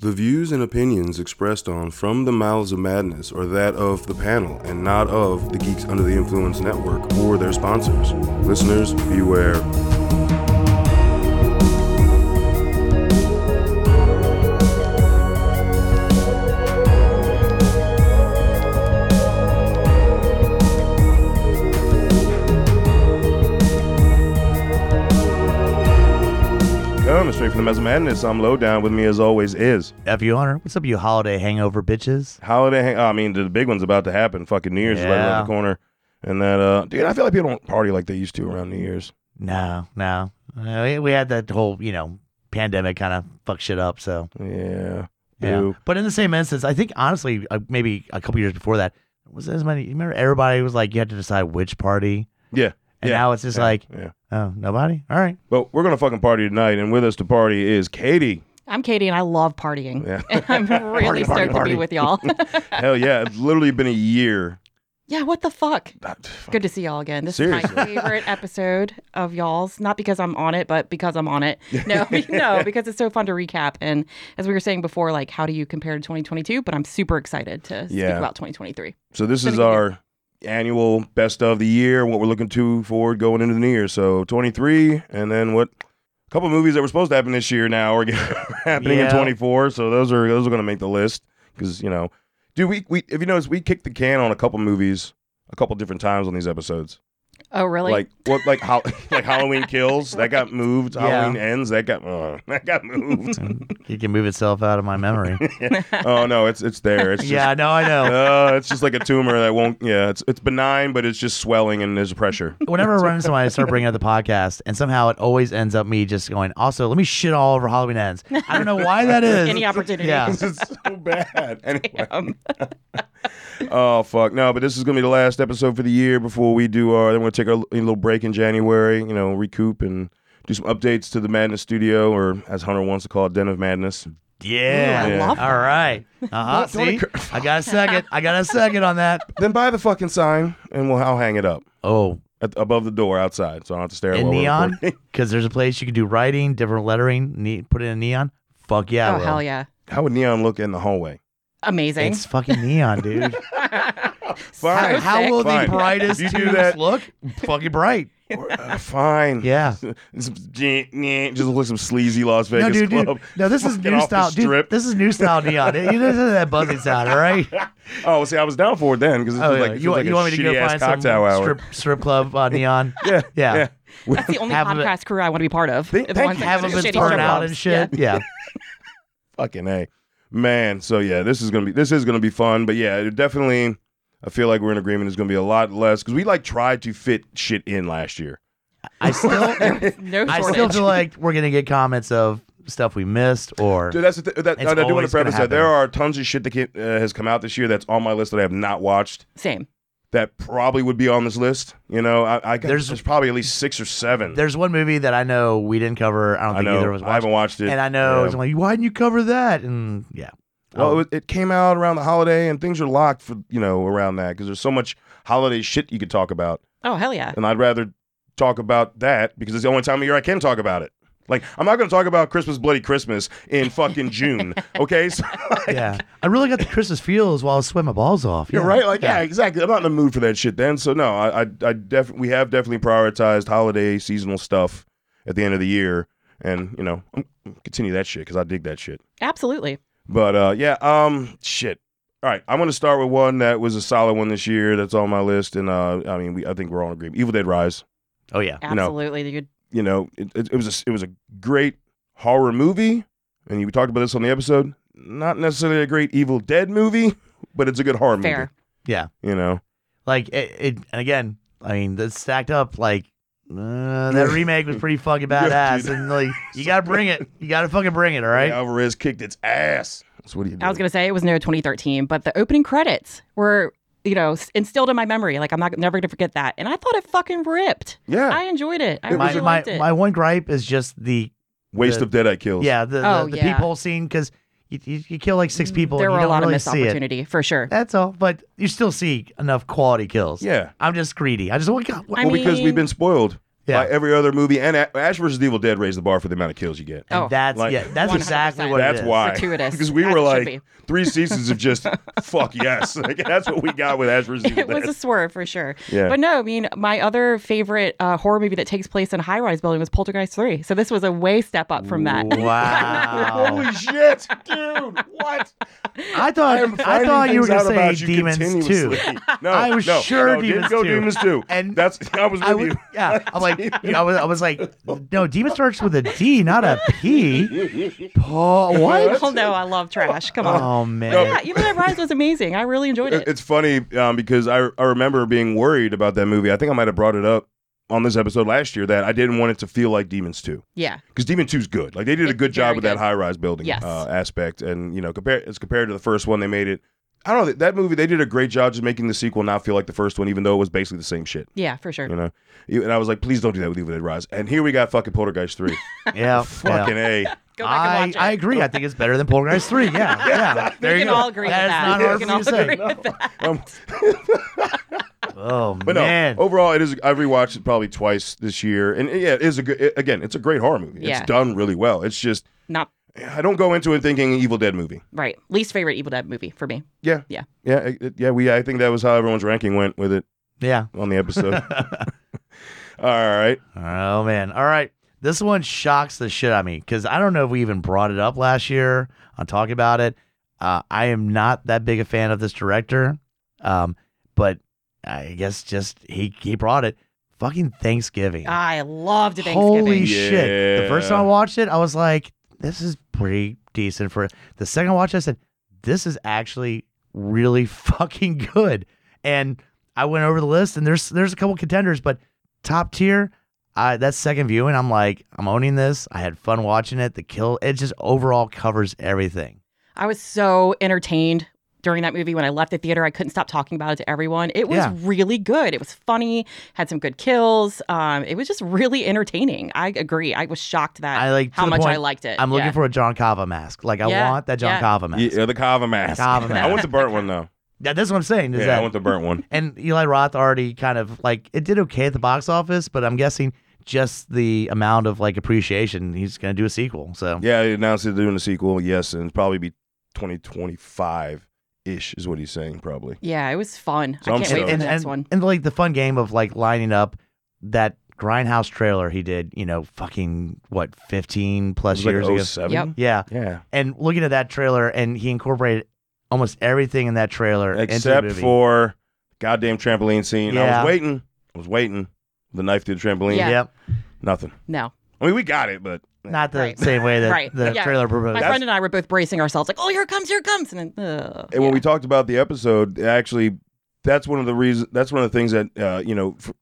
The views and opinions expressed on From the Mouths of Madness are that of the panel and not of the Geeks Under the Influence Network or their sponsors. Listeners, beware. Coming straight from the Mouths of Madness, I'm Lowdown. With me, as always, is Up you honor. What's up, you holiday hangover bitches? Holiday. Hang- I mean, the big one's about to happen. Fucking New Year's is right around the Yeah. corner. And that, uh, dude, I feel like people don't party like they used to around New Year's. No, no. Uh, we- we had that whole, you know, pandemic kind of fuck shit up. So, Yeah. yeah. Boo. But in the same instance, I think honestly, uh, maybe a couple years before that, was there as many. You remember everybody was like, you had to decide which party. Yeah. And Yeah. now it's just Yeah. like, yeah. oh, nobody? All right. But we're gonna fucking party tonight, and with us to party is Katie. I'm Katie and I love partying. Yeah. And I'm really Party, party, stoked party. to be with y'all. Hell yeah, it's literally been a year. yeah, what the fuck? That- fuck. Good to see y'all again. This is Seriously. my favorite episode of y'all's. Not because I'm on it, but because I'm on it. No, be- no, because it's so fun to recap. And as we were saying before, like, how do you compare to 2022? But I'm super excited to speak Yeah. about 2023. So this Been is a good our annual best of the year, what we're looking to forward going into the new year. So 23, and then what? A couple movies that were supposed to happen this year now are happening in Yeah. 24. So those are those are gonna make the list because you know, dude, we we if you notice we kicked the can on a couple movies a couple different times on these episodes. Oh, really? Like what? Like how? Like Halloween kills that got moved. Yeah. Halloween ends that got uh, that got moved. it can move itself out of my memory. oh no, it's it's there. It's just, yeah, no, I know. Uh, it's just like a tumor that won't. Yeah, it's it's benign, but it's just swelling and there's pressure. Whenever I run into somebody, I start bringing up the podcast, and somehow it always ends up me just going, also, let me shit all over Halloween Ends. I don't know why that is. Any opportunity. Yeah. This is so bad. Anyway, Um, oh fuck no, but this is gonna be the last episode for the year before we do our. Then we're gonna take our l- little break in January. You know, recoup and do some updates to the Madness Studio, or as Hunter wants to call it, Den of Madness. Yeah. Ooh, I love All right. Uh huh. Don't- don't See, I got a second. I got a second on that. Then buy the fucking sign, and we'll I'll hang it up Oh, at, above the door outside, so I don't have to stare at it in while we're neon? recording. Because there's a place you can do writing, different lettering. Ne- put it in neon. Fuck yeah. I oh, will. hell yeah. How would neon look in the hallway? Amazing. It's fucking neon, dude. Fine. So How sick. will Fine. the brightest You do tubes that- look? Fucking bright. Or, uh, fine. Yeah. Just look like some sleazy Las Vegas no, dude, club. dude. No, this is Fucking new off the style. Dude, strip. this is new style neon. It, it doesn't have that buzzing sound, all right? Oh, see, I was down for it then because it's Oh, yeah. like, it you, feels like you a want me to go shitty-ass find some cocktail hour. strip, strip club uh, neon? Yeah, Yeah. yeah. That's the only Have a bit- podcast crew I want to be part of. Thank- The thank ones you. that Have do them shitty been burnt out jobs. and shit. yeah. Fucking a, man. So yeah, this is gonna be this is gonna be fun. But yeah, it definitely, I feel like we're in agreement. It's gonna be a lot less because we like tried to fit shit in last year. I still. Yeah. No I shortage. still feel like we're gonna get comments of stuff we missed or Dude, that's the th- that, It's I do want to always gonna preface that there happen. are tons of shit that came, uh, has come out this year that's on my list that I have not watched. Same. That probably would be on this list. You know, I, I got, there's, There's- probably at least six or seven. there's one movie that I know we didn't cover. I don't I think either know. of us I watched. haven't watched it. and I know Yeah. it's like, why didn't you cover that? And yeah, Well, it, Oh, was- it came out around the holiday, and things are locked for you know around that because there's so much holiday shit you could talk about, Oh, hell yeah. and I'd rather talk about that because it's the only time of year I can talk about it. Like I'm not going to talk about Christmas bloody Christmas in fucking June, okay? So, like, yeah. I really got the Christmas feels while I sweat my balls off. You're Yeah. right. Like yeah. exactly. I'm not in the mood for that shit then. So no, I I, I def- we have definitely prioritized holiday seasonal stuff at the end of the year, and you know I'm- continue that shit because I dig that shit. Absolutely. But uh, yeah, um, shit. All right, I'm gonna start with one that was a solid one this year. That's on my list, and uh, I mean, we I think we're all in agreement. Evil Dead Rise. Oh yeah. know. Absolutely. You could- You know, it, it, it was a, it was a great horror movie, and we talked about this on the episode. Not necessarily a great Evil Dead movie, but it's a good horror Fair. movie. You know, Like it, it. And again, I mean, that's stacked up. Like uh, that remake was pretty fucking Yeah, badass. dude. and like, you gotta bring it. You gotta fucking bring it. All right. Alvarez kicked its ass. That's what he did. I was going to say it was no 2013, but the opening credits were, you know, s- instilled in my memory. Like I'm not never going to forget that. And I thought it fucking ripped. yeah, I enjoyed it. I It was My really a- my, liked it. my one gripe is just the waste the- of Deadeye kills. yeah the the, Oh, the yeah. Mm, peephole scene because you, you, you kill like six people there and were you a don't lot really of missed see it. opportunity for sure. That's all. But you still see enough quality kills. yeah. I'm just greedy. I just want. God, I Well, because mean- we've been spoiled. Yeah. by every other movie. And A- Ash vs. Evil Dead raised the bar for the amount of kills you get. Oh, that's Like- yeah. That's 100%. exactly what That's it is. why. Gratuitous. because we As were it should like be. three seasons of just fuck yes. Like, that's what we got with Ash vs. Evil it Dead. was a swerve for sure. Yeah. But no, I mean, my other favorite uh, horror movie that takes place in a high rise building was Poltergeist 3. So this was a way step up from that. Wow. Holy shit, dude! What? I thought I, thought you were gonna say demons too. No, I was no, sure no, Demons didn't go 2. Demons too. And And that's I was with I was, you. yeah, I'm like, I was, I was like, no, demon starts with a D, not a P. Paul, what? People know Oh, I love trash. Come on. Oh Uh, But man, yeah, even that rise was amazing. I really enjoyed it. It's funny um, because I I remember being worried about that movie. I think I might have brought it up on this episode last year that I didn't want it to feel like Demons Two. yeah. because Demon Two's good. Like they did a It's good job very with that good. high rise building Yes. uh, aspect, and you know, compare as compared to the first one, they made it. I don't know that movie. They did a great job just making the sequel not feel like the first one, even though it was basically the same shit. Yeah, for sure. You know, You- and I was like, please don't do that with Evil Dead Rise. And here we got fucking Poltergeist Three. yeah, fucking a. Go back I, and watch I it. agree. I think it's better than Poltergeist three. Yeah, yeah. There we you can go. all agree with that. That is we can not all hard for me agree to say. with that. Um, Oh but no, man. overall, it is. I've rewatched it probably twice this year, and yeah, it is a good. It, again, it's a great horror movie. Yeah. It's done really well. It's just Not I don't go into it thinking Evil Dead movie. right. Least favorite Evil Dead movie for me. Yeah, Yeah. yeah, it- it- yeah. We I think that was how everyone's ranking went with it Yeah. on the episode. All right. Oh man. All right. This one shocks the shit out of me because I don't know if we even brought it up last year on talking about it. Uh, I am not that big a fan of this director, um, but I guess just he he brought it. Fucking Thanksgiving. I loved Thanksgiving. Holy Yeah. shit! The first time I watched it, I was like, "This is pretty decent." For it." the second I watched, it, I said, "This is actually really fucking good." And I went over the list, and there's there's a couple contenders, but top tier. I that second viewing, I'm like, I'm owning this. I had fun watching it. The kill, it just overall covers everything. I was so entertained during that movie when I left the theater. I couldn't stop talking about it to everyone. It was Yeah. really good. It was funny, had some good kills. Um, it was just really entertaining. I agree. I was shocked that I like to how the much I point, liked it. I'm looking Yeah. for a John Cava mask. Like I Yeah, want that John yeah. Cava mask. Yeah, the Kava mask. Kava I mask. want the burnt one though. Yeah, that's what I'm saying. Is yeah, that I want the burnt one. And Eli Roth already kind of like it did okay at the box office, but I'm guessing just the amount of like appreciation he's going to do a sequel. So Yeah, they announced they're doing a sequel. Yes, and it's probably be 2025 ish is what he's saying probably. Yeah, it was fun. So I I'm can't so- wait for and, the next and, one. and like the fun game of like lining up that grindhouse trailer he did, you know, fucking what 15 plus It was like years ago. 07? Yep. Yeah, Yeah. and looking at that trailer, and he incorporated almost everything in that trailer, into the Except movie. for goddamn trampoline scene. I Yeah. was waiting. I was waiting. The knife through the trampoline. Yeah. yep, Nothing. No. I mean, we got it, but not the Right. same way that Right. the Yeah. trailer My proposed. friend and I were both bracing ourselves, like, oh, here it comes, here it comes. And then, ugh. and when Yeah. we talked about the episode, actually, that's one of the reasons. That's one of the things that uh, you know. f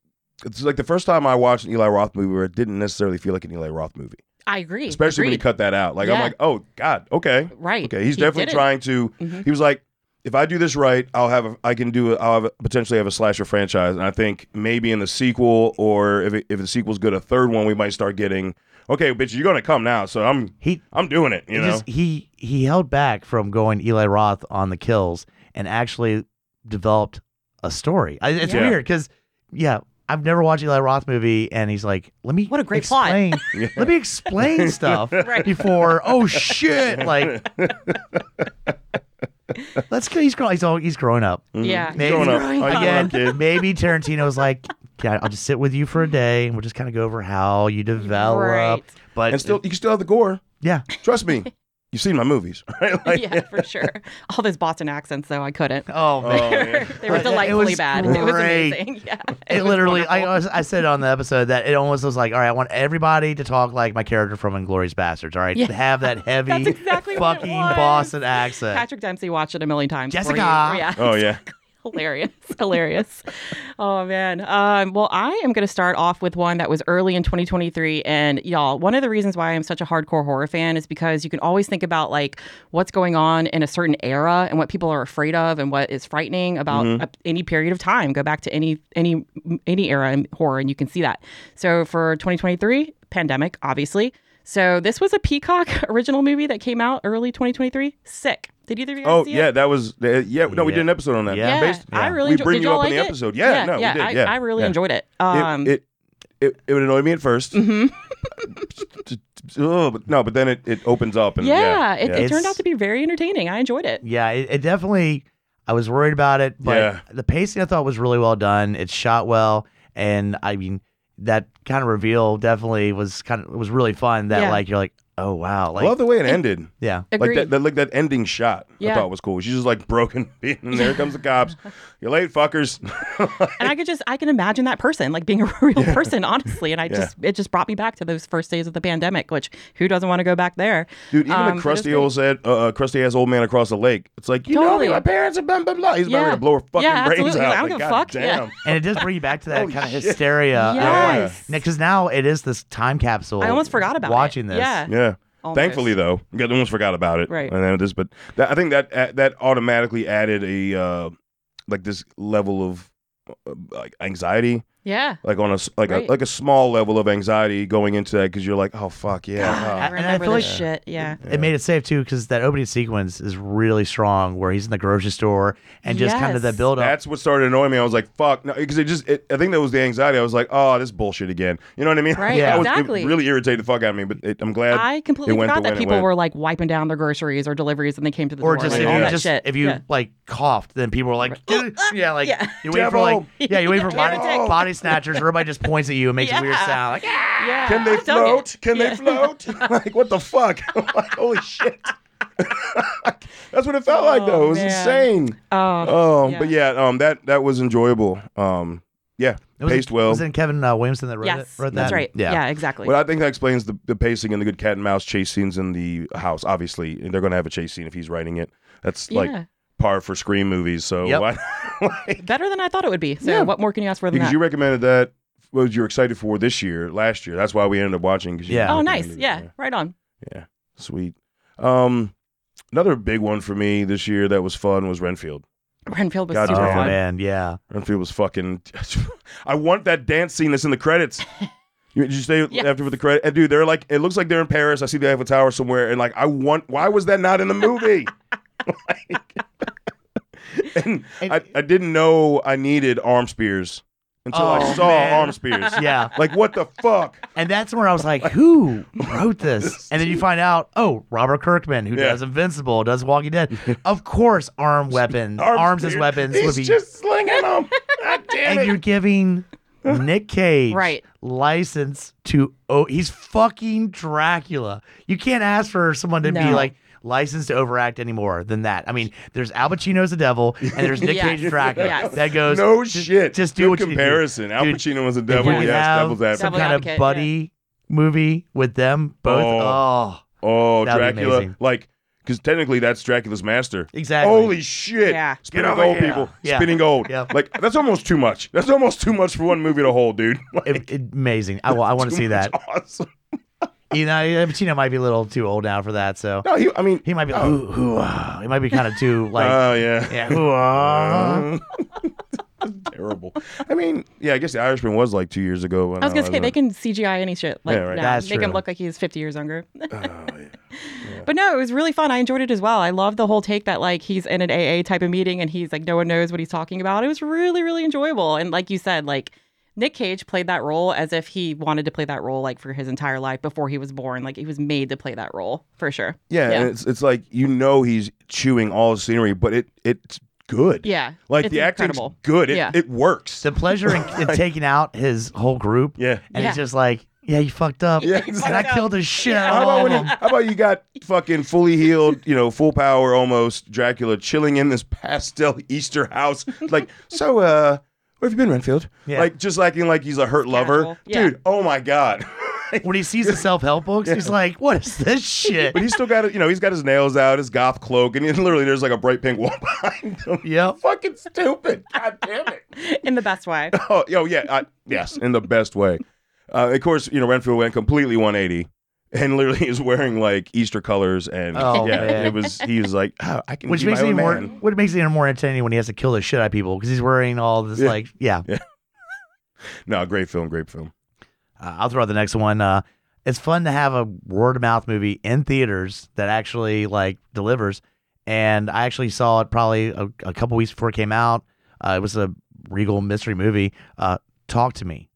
it's like the first time I watched an Eli Roth movie where it didn't necessarily feel like an Eli Roth movie. I agree. especially when he Agreed. cut that out. Like I'm Yeah. like, oh God, okay, Right. okay. He's He definitely did it. trying to. Mhm. He was like, if I do this right, I'll have, a, I can do, a, I'll have a, potentially have a slasher franchise, and I think maybe in the sequel or if it, if the sequel's good, a third one, we might start getting. Okay, bitch, you're gonna come now, so I'm He I'm doing it. You he know, just he he held back from going Eli Roth on the kills and actually developed a story. I, it's Yeah. weird because yeah, I've never watched Eli Roth movie, and he's like, "Let me What a great plot." explain, Yeah. Let me explain stuff Right. before oh shit!" Like, let's go. He's growing. He's all, he's growing up. Mhm. Yeah. He's growing up. Maybe- Oh, you're growing up, kid. Again, maybe Tarantino's like, yeah, I'll just sit with you for a day and we'll just kind of go over how you develop. Right. But and still you can still have the gore. yeah, Trust me, you've seen my movies, right? Like, yeah, for sure. All those Boston accents, though, I couldn't. oh man, oh, yeah. they were It delightfully was bad. It was great. amazing. Yeah. It, was literally, I, wonderful. always- I said on the episode that it almost was like, all right, I want everybody to talk like my character from Inglorious Bastards. All right, Yeah. have that heavy That's exactly what it fucking was. Boston accent. Patrick Dempsey watched it a million times. before he- Jessica. yeah. oh yeah. hilarious hilarious oh man um, well i am going to start off with one that was early in 2023 and y'all one of the reasons why i'm such a hardcore horror fan is because you can always think about like what's going on in a certain era and what people are afraid of and what is frightening about Mm-hmm. a- any period of time go back to any any any era in horror and you can see that so for 2023 pandemic obviously so this was a peacock original movie that came out early 2023 sick did either of you guys Oh see it? yeah, that was uh, yeah. No, we Yeah. did an episode on that. Yeah. Yeah, Based- I really we enjoyed. bring did you y'all up on like the it? episode. Yeah, no, we did, I, yeah. I really Yeah. enjoyed it. It- Um, Mm-hmm. it it, it would annoy me at 1st Ugh, but no, but then it, it opens up and yeah, yeah, it, it turned It's- out to be very entertaining. I enjoyed it. Yeah, it, it definitely. I was worried about it, but Yeah. the pacing I thought was really well done. It shot well, and I mean that kind of reveal definitely was kind of was really fun. That Yeah. like you're like, oh wow, I like love the way it ended. yeah, Like Agreed. that, that, like that ending shot, I Yeah. thought was cool. She's just like broken, and there comes the cops. You're late, fuckers. and I could just I can imagine that person like being a real person, honestly. And I Yeah. just it just brought me back to those first days of the pandemic, which who doesn't want to go back there? Dude, even Um, a but it's crusty great. old said, uh, uh, crusty ass old man across the lake. It's like you Totally. know me, my parents and blah blah blah. He's about Yeah. to blow her fucking Yeah, brains absolutely. out. I don't Like, give a God fuck. Yeah. damn. and it does bring you back to that Holy kind of shit. hysteria. Yes. Because now it is this time capsule. I almost forgot about it. watching this. Yeah. Yeah. Almost. Thankfully, though, I almost forgot about it. Right. And then this, but that, I think that uh, that automatically added a uh, like this level of uh, like anxiety, Yeah. like on a s- like Right. a like a small level of anxiety going into that because you're like, oh fuck God, yeah, I And I remember feel this like- shit. Yeah. It made it safe too, because that opening sequence is really strong, where he's in the grocery store and just kind of the Yes. oh. build up. that's what started annoying me. I was like, fuck, no, because it just it, I think that was the anxiety. I was like, oh, this bullshit again. You know what I mean? Right, I was, exactly. It really irritated the fuck out of me, but it, I'm glad. I completely it went forgot the that way it people went. were like wiping down their groceries or deliveries and they came to the or door. just like, if all you that just shit. if you Yeah. like coughed, then people were like, yeah, like Yeah. you wait for like yeah, you wait for body, Devil. body snatchers. Everybody just points at you and makes a weird Yeah. sound like "Ah!" Yeah. Can they Don't get- float? Can Yeah. they float? like what the fuck? like, holy shit. That's what it felt like though. It Oh, was man. insane. Um, Um, yeah. but yeah, um, that that was enjoyable. Um, yeah, It was- paced well. Was it Kevin uh, Williamson that wrote yes. it? Wrote that? That's right. Yeah. exactly. But I think that explains the, the pacing and the good cat and mouse chase scenes in the house. Obviously, and they're going to have a chase scene if he's writing it. That's Yeah. like par for scream movies. So Yep. why? like, Better than I thought it would be. So Yeah. what more can you ask for than because that? you recommended that what was you were excited for this year, last year. That's why we ended up watching. 'cause you Yeah. oh, nice. recommended it. Yeah. Right on. Sweet. Um, another big one for me this year that was fun was Renfield. Renfield was God super damn. Oh fun. man, yeah. Renfield was fucking. I want that dance scene that's in the credits. You- Did you stay Yes. after with the credit? And dude, they're like, it looks like they're in Paris. I see the Eiffel Tower somewhere, and like, I want. Why was that not in the movie? like, and I, I didn't know I needed arm spears until Oh, I saw man. arm spears. Yeah, Like, what the fuck? and that's where I was like, "Who wrote this?" And then you find out, oh, Robert Kirkman, who Yeah. does Invincible, does Walking Dead. Of course, arm weapons, Arm arms as spears. weapons He's would be just slinging them. God damn and it. you're giving Nick Cage Right. license to oh he's fucking Dracula. You can't ask for someone to be No. like licensed to overact anymore than that. I mean, there's Al Pacino's the devil and there's Nick Yes. Cage as Dracula. Yes. That goes no just, shit. Just do Good what comparison. Al Dude, Pacino was a you do. If devil. we Yes, have devil's advocate. some Devil kind Advocate, of yeah. buddy movie with them both. Oh. Oh, Oh, That'd be Dracula. amazing. Like, because technically that's Dracula's master. exactly. Holy shit. Yeah. Spinning over gold, here. people. Yeah. Spinning gold. Yep. Like, that's almost too much. That's almost too much for one movie to hold, dude. Like, It- it- amazing. I, wa- I want to too see much. that. Awesome. You know, Al Pacino might be a little too old now for that, so No, he, I mean, he might be like, Oh. ooh, ooh, ah." he might be kind of too like oh, yeah. Yeah. ah. Who Uh. are? Terrible. I mean, yeah, I guess The Irishman was like two years ago. when I was gonna say wasn't they can CGI any shit like Yeah, right. now. That's make true. him look like he's 50 years younger. it? Oh, yeah. But no, it was really fun. I enjoyed it as well. I love the whole take that like he's in an AA type of meeting and he's like no one knows what he's talking about. It was really really enjoyable. And like you said, like Nick Cage played that role as if he wanted to play that role like for his entire life before he was born. Like he was made to play that role for sure. Yeah, Yeah. And it's it's like you know he's chewing all the scenery, but it it's good. Yeah. like It's the acting's incredible. good. It Yeah. it works. the pleasure in, in taking out his whole group. yeah. And he's Yeah. just like, yeah, you fucked up. Yeah, And I exactly. killed his shit How out of about, all when of you, them. how about you got fucking fully healed, you know, full power almost Dracula chilling in this pastel Easter house? Like, so, uh, where have you been, Renfield? Yeah. Like, just acting like he's a hurt lover. Casual. Yeah. Dude, oh my God. When he sees the self help books, he's like, what is this shit? but he's still got, you know, he's got his nails out, his goth cloak, and he, literally there's like a bright pink wall behind him. Yep. Fucking stupid. God damn it. In the best way. Oh, yo, yeah, I, yes, in the best way. Uh, of course, you know Renfield went completely 180 and literally is wearing like Easter colors, and Oh, yeah, man. it was he was like, oh, I can Which be makes my it own more, man. what makes it even more entertaining when he has to kill the shit out of people because he's wearing all this Yeah. like, yeah. No, great film, great film. Uh, I'll throw out the next one. Uh, it's fun to have a word of mouth movie in theaters that actually like delivers. And I actually saw it probably a, a couple weeks before it came out. Uh, it was a Regal mystery movie. Uh, Talk to me.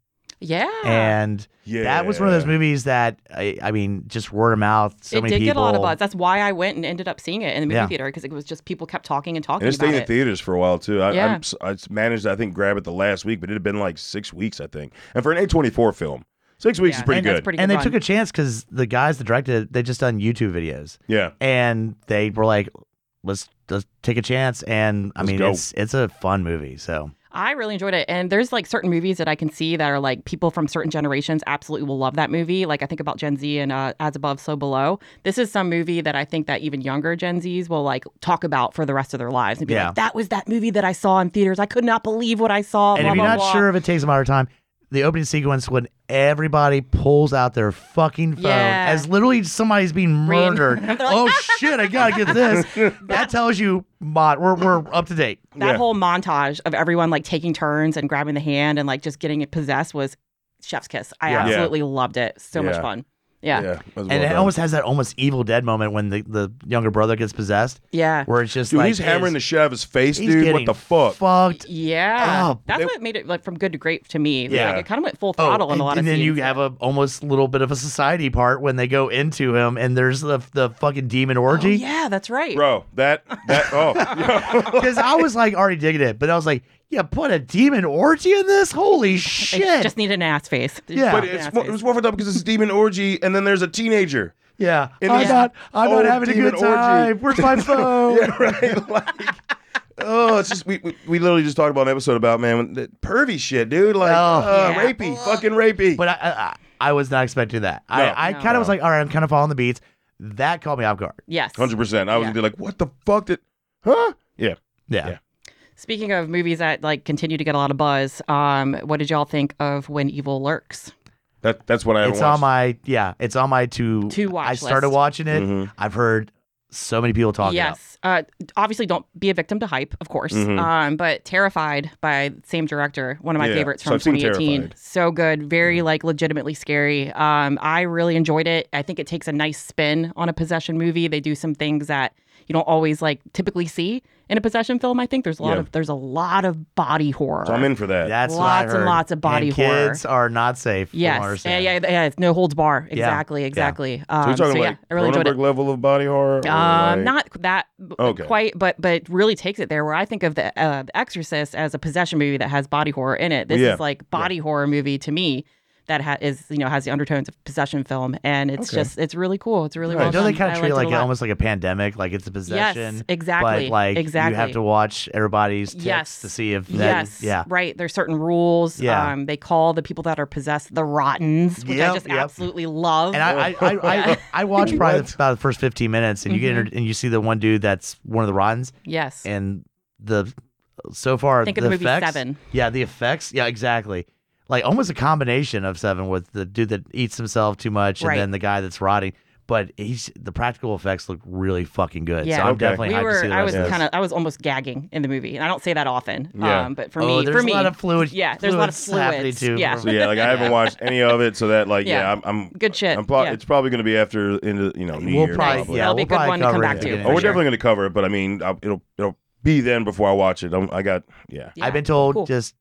Yeah. and Yeah, that was one of those movies that I, I mean, just word of mouth. So it many did get a people. lot of buzz. That's why I went and ended up seeing it in the movie Yeah. theater because it was just people kept talking and talking And it about stayed in it. theaters for a while too. I, Yeah. I'm s- I, managed, to, I think, grab it the last week, but it had been like six weeks, I think. And for an A24 film, six weeks Yeah, is pretty and that's good. pretty and good they run. took a chance because the guys that directed it, they just done YouTube videos, yeah, and they were like, "Let's let's take a chance." And I Let's mean, go. it's it's a fun movie. So I really enjoyed it. And there's like certain movies that I can see that are like people from certain generations absolutely will love that movie. Like I think about Gen Z and uh, As Above, So Below. This is some movie that I think that even younger Gen Zs will like talk about for the rest of their lives and be Yeah. like, that was that movie that I saw in theaters. I could not believe what I saw. And blah, if you're blah, not blah." sure if it takes a matter of time, the opening sequence when everybody pulls out their fucking phone Yeah. as literally somebody's being Reading. murdered. They're like, oh shit, I gotta get this. that tells you, mod, we're, we're up to date. that Yeah. whole montage of everyone like taking turns and grabbing the hand and like just getting it possessed was chef's kiss. I Yeah. Yeah. absolutely loved it. So much Yeah. fun. yeah. Yeah. Yeah. that was well And it done. almost has that almost Evil Dead moment when the, the younger brother gets possessed, Yeah. where it's just dude, like he's hammering the it's- shit out of his face, he's dude. What getting the fuck? Fucked. Oh, That's they- what made it like from good to great to me. Yeah. Like, it kind of went full Oh, throttle in and, a lot and of then scenes. you have a almost little bit of a society part when they go into him, and there's the the fucking demon Oh, orgy. yeah, that's right. Bro, that that oh Because I was like already digging it, but I was like, yeah, put a demon orgy in this? Holy They shit. just need an ass face. They Yeah. just But need an it's ass more, it face. was more fucked up because it's a demon orgy, and then there's a teenager. yeah. in I'm this not I'm old not having a demon good time. orgy. Where's my phone? Yeah, right. Like, oh, it's just we, we we literally just talked about an episode about man when- that pervy shit, dude. Like, Oh. uh, Yeah. rapey, fucking rapey. But I, I I- I was not expecting that. No. I, I No. kind of was like, all right, I'm kind of following the beats. That caught me off guard. yes. Hundred percent. I was Yeah. gonna be like, what the fuck did? Huh? Yeah. Yeah. Yeah. Speaking of movies that like continue to get a lot of buzz, um, what did y'all think of When Evil Lurks? That that's what I. It's on my yeah, it's on my to To watch I started list. watching it. Mhm. I've heard so many people talking about. yes. Uh, obviously, don't be a victim to hype, of course. Mhm. Um, but Terrified by the same director, one of my Yeah. favorites So from I've seen 2018. Terrified. Mm-hmm. So good, very like legitimately scary. Um, I really enjoyed it. I think it takes a nice spin on a possession movie. They do some things that you don't always like typically see in a possession film. I think there's a lot Yeah. of there's a lot of body horror. So I'm in for that. That's what I Lots and heard. lots of body And horror. Kids are not safe. from what I Yes. Yeah, understand. yeah, yeah. It's no holds bar. Exactly. Exactly. Um, so we're talking so, like yeah, I really enjoyed it. Cronenberg level of body horror. or like- Um, not that b- uh, Okay. quite, but but really takes it there. Where I think of the uh, The Exorcist as a possession movie that has body horror in it. This Yeah. is like body horror movie to me that ha- is you know has the undertones of possession film, and it's Okay. just it's really cool. It's really Nice. well Don't they done. kind I of treat it liked like a lot. almost like a pandemic, like it's a possession? Yes, exactly. But like exactly. you have to watch everybody's tics Yes. to see if that, yes. yeah. Right. There's certain rules. Yeah. Um, they call the people that are possessed the rottens, which Yep, I just yep. absolutely love. And I I, I, I, I watched probably What? about the first fifteen minutes, and you Mm-hmm. get inter- and you see the one dude that's one of the Rottens, yes. and the so far Think the of the movie effects, Seven. Yeah, the effects. Yeah, exactly. Like almost a combination of seven with the dude that eats himself too much, Right. and then the guy that's rotting. But he's the practical effects look really fucking good. Yeah. so I'm Okay. definitely we hyped to were. see the I rest was of this. kind of. I was almost gagging in the movie, and I don't say that often. Yeah. Um, but for oh, me, there's for a me, lot of fluid. yeah, there's a lot of happening fluids. too. Yeah. So yeah, like I haven't watched any of it, so that like yeah, Yeah. I'm, I'm good shit. I'm pro- yeah. It's probably gonna be after into you know New We'll Year. probably Nice. yeah, That'll be we'll a good probably one to cover come it back to, again. Oh, we're sure. definitely gonna cover it, but I mean, I'll, it'll it'll be then before I watch it. I'm, I got yeah. Yeah. I've been told Cool. just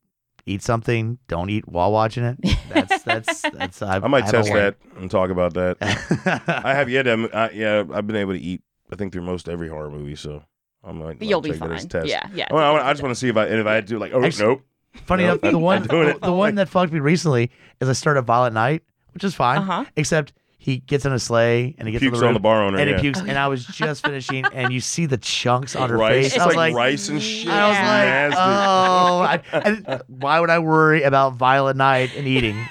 eat something, don't eat while watching it. That's that's that's. I, I might I test haven't that and talk about that. learned. I have yet. To, um, I, yeah, I've been able to eat. I think through most every horror movie, so I'm like, You'll I'll be take that as a fine. test. Oh, Yeah, yeah. I, wanna- I, wanna- I just want to see if I and if I do like oh Actually- nope. Funny No, enough, the one I'm doing the, it. the one that fucked me recently is I started Violent Night, which is fine. Uh huh. Except he gets in a sleigh and he gets Uh-huh. Pukes on the, on the roof bar owner. and yeah. he pukes. And I was just finishing, and you see the chunks on her rice. face. It's I was like, like, rice and shit. I was I Nasty. was like, oh, I, and why would I worry about Violent Night and eating?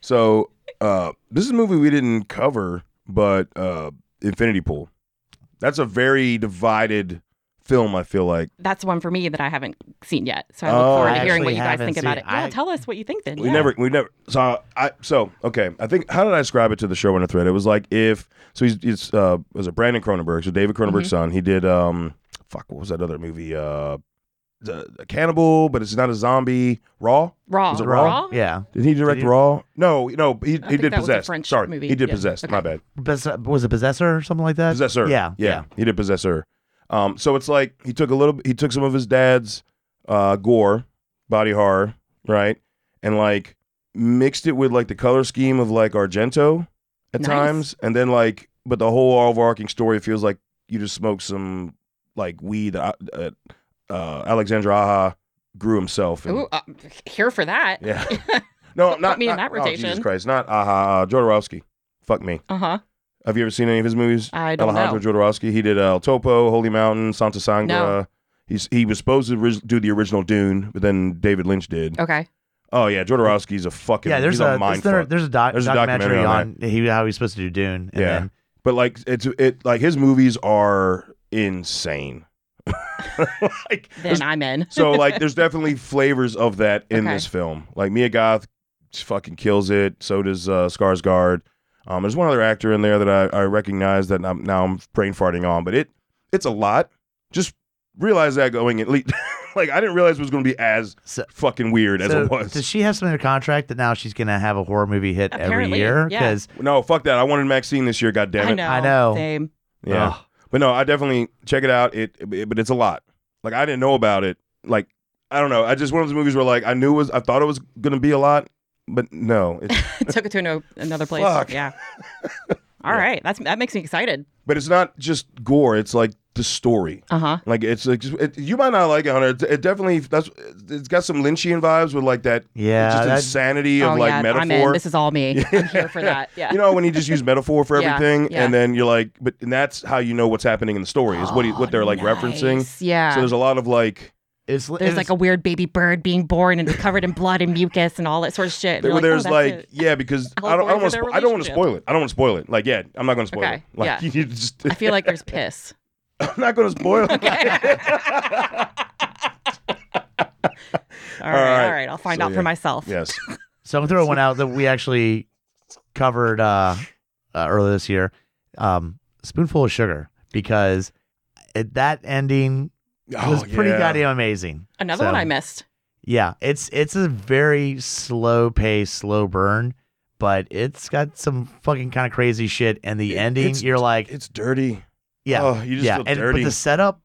So uh, this is a movie we didn't cover, but uh, Infinity Pool. That's a very divided film. I feel like That's one for me that I haven't seen yet. So I look Oh. forward I to hearing what actually you guys haven't think about seen it. it. Yeah, I- tell us what you think then. we yeah. never, we never. So I, so okay. I think how did I describe it to the show in a thread? It was like if so. He's, he's uh, was it Brandon Cronenberg? So David Cronenberg's Mm-hmm. son. He did um, fuck. What was that other movie? Uh, the, the cannibal, but it's not a zombie. Raw. Raw. Was it Raw? Raw. Yeah. Did he direct Did he- Raw? No, no. He, I he think did that was a possess. French Sorry, movie, he did yeah. possess. Okay. My bad. Poss- was it Possessor or something like that? Possessor. Yeah, yeah. yeah. He did Possessor. Um, so it's like he took a little he took some of his dad's uh gore, body horror, right? And like mixed it with like the color scheme of like Argento at Nice. times, and then like, but the whole overarching story feels like you just smoked some like weed that uh, uh, Alexandra Aha grew himself. And, Ooh, uh, here for that. Yeah. No, Put not me in not- that oh, rotation. Jesus Christ, not Aha uh, Jodorowsky. Fuck me. uh huh. Have you ever seen any of his movies? I don't Alejandro Jodorowsky. He did uh, El Topo, Holy Mountain, Santa Sangre. No. He's he was supposed to ri- do the original Dune, but then David Lynch did. know. Okay. Oh yeah, Jodorowsky's a fucking yeah, there's he's a, a, there's, mind there- fuck. there's a, doc, There's a documentary, documentary on on, he, how he's supposed to do Dune. And Yeah. then- But like it's it like his movies are insane. like Then I'm in. so like there's definitely flavors of that in Okay. this film. Like Mia Goth fucking kills it. So does uh, Skarsgård. Um, there's one other actor in there that I, I recognize that I'm, now I'm brain farting on, but it it's a lot. Just realize that going at least. like I didn't realize it was going to be as So- fucking weird as so it was. does she have some in her contract that now she's gonna have a horror movie hit Apparently, every year? yeah. Because no, fuck that. I wanted Maxine this year. God damn it. I know. I know. Same. Yeah. But no, I definitely check it out. It, it- but it's a lot. Like I didn't know about it. Like I don't know. I just one of those movies where like I knew it was I thought it was gonna be a lot, but no. It's, Took it to ano- another place. Fuck. Yeah. All right. That's that makes me excited. but it's not just gore. It's like the story. Uh huh. Like it's like just- it, you might not like it, Hunter. It, it definitely that's it's got some Lynchian vibes with like that yeah, just that- insanity Oh of like yeah. I'm in. metaphor. This is all me. I'm here for that. Yeah. you know when you just use metaphor for Yeah, everything, yeah. and then you're like, but and that's how you know what's happening in the story is what he, what they're like Oh, referencing. nice. Yeah. So there's a lot of like it's, there's like a weird baby bird being born and it's covered in blood and mucus and all that sort of shit. There- You're there's oh, like, that's it. yeah, because I'll I don't, I don't go want for to, their I don't want to relationship. spoil it. I don't want to spoil it. Like, yeah, I'm not going to spoil Okay, it. Like, yeah. you just, I feel like there's piss. I'm not going to spoil it. All right, all right. right. I'll find So, out yeah. for myself. yes. So I'm gonna throw one out that we actually covered uh, uh, earlier this year, um, spoonful of sugar, because it, that ending Oh, was pretty goddamn amazing. Another So, one I missed. Yeah, it's it's a very slow pace, slow burn, but it's got some fucking kind of crazy shit. And the It- ending, it's- you're like, It's dirty. yeah, Oh, you just yeah, feel and dirty. but the setup,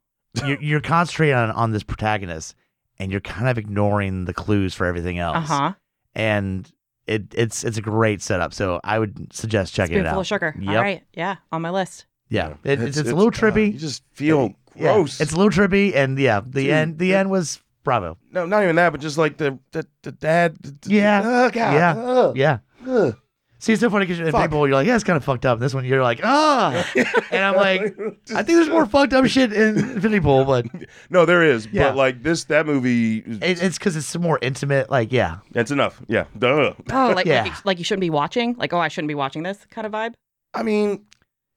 you're, you're concentrating on, on this protagonist, and you're kind of ignoring the clues for everything else. Uh huh. and it it's it's a great setup. So I would suggest checking it Spoonful of out. sugar. All Yep. right. Yeah. On my list. Yeah, It- it's, it's, a little uh, trippy. you just feel Yeah. gross. It's a little trippy, and yeah, the Dude, end the it- end was bravo. no, not even that, but just like the, the, the dad. the- the- Yeah. Oh, God. Yeah. Ugh. Yeah. Ugh. See, it's so funny because Fuck. people you're like, yeah, it's kind of fucked up. And this one you're like, ah, and I'm like, Just- I think there's more fucked up shit in Infinity Pool, but No, there is. Yeah. But like this, that movie, is- it, it's because it's more intimate. Like, yeah, that's enough. Yeah. Duh. Oh, like Yeah. like, you- like you shouldn't be watching. Like oh, I shouldn't be watching this kind of vibe. I mean,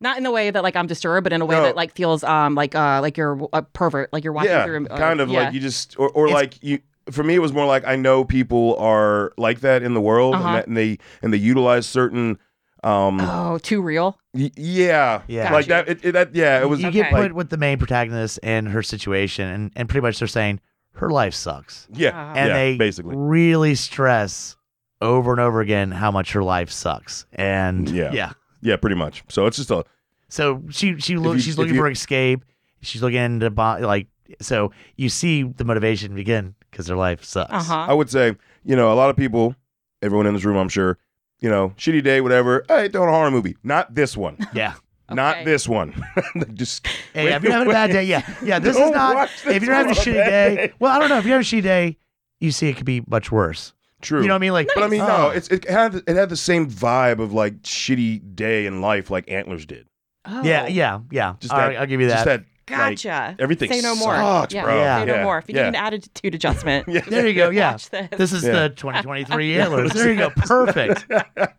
Not in the way that like I'm disturbed, but in a way No. that like feels um like uh like you're a pervert. Like you're watching yeah, through. uh, kind of yeah. like you just or, or It's- like you for me it was more like i know people are like that in the world Uh-huh. and, that, and they and they utilize certain um Oh, too real. y- yeah Yeah. like Gotcha. that it, it- that yeah it was you Okay. get put with the main protagonist and her situation, and and pretty much they're saying her life sucks. uh, yeah and yeah, they basically really stress over and over again how much her life sucks and Mm, Yeah. yeah, yeah pretty much so it's just a so she she you- looks she's if looking you- for escape she's looking to buy like so you see the motivation begin because her life sucks Uh huh. i would say you know a lot of people everyone in this room i'm sure you know shitty day whatever hey throw in a horror movie not this one yeah not Okay. this one just Hey, if you're having a bad day yeah yeah this Don't is not watch this if you're having on a a shitty bad day, day. well i don't know if you're having a shitty day you see it could be much worse true you know what i mean like but I mean, no, oh, it's, it had it had the same vibe of like shitty day in life, like Antlers did. Oh. yeah yeah yeah Just All that- right, i'll give you Just that, that, like, Gotcha. everything Say no more. sucks, yeah. bro. Say Yeah. no more. If you Yeah. need an attitude adjustment, there you go yeah watch this. This is Yeah. the 2023 antlers. There you go. Perfect.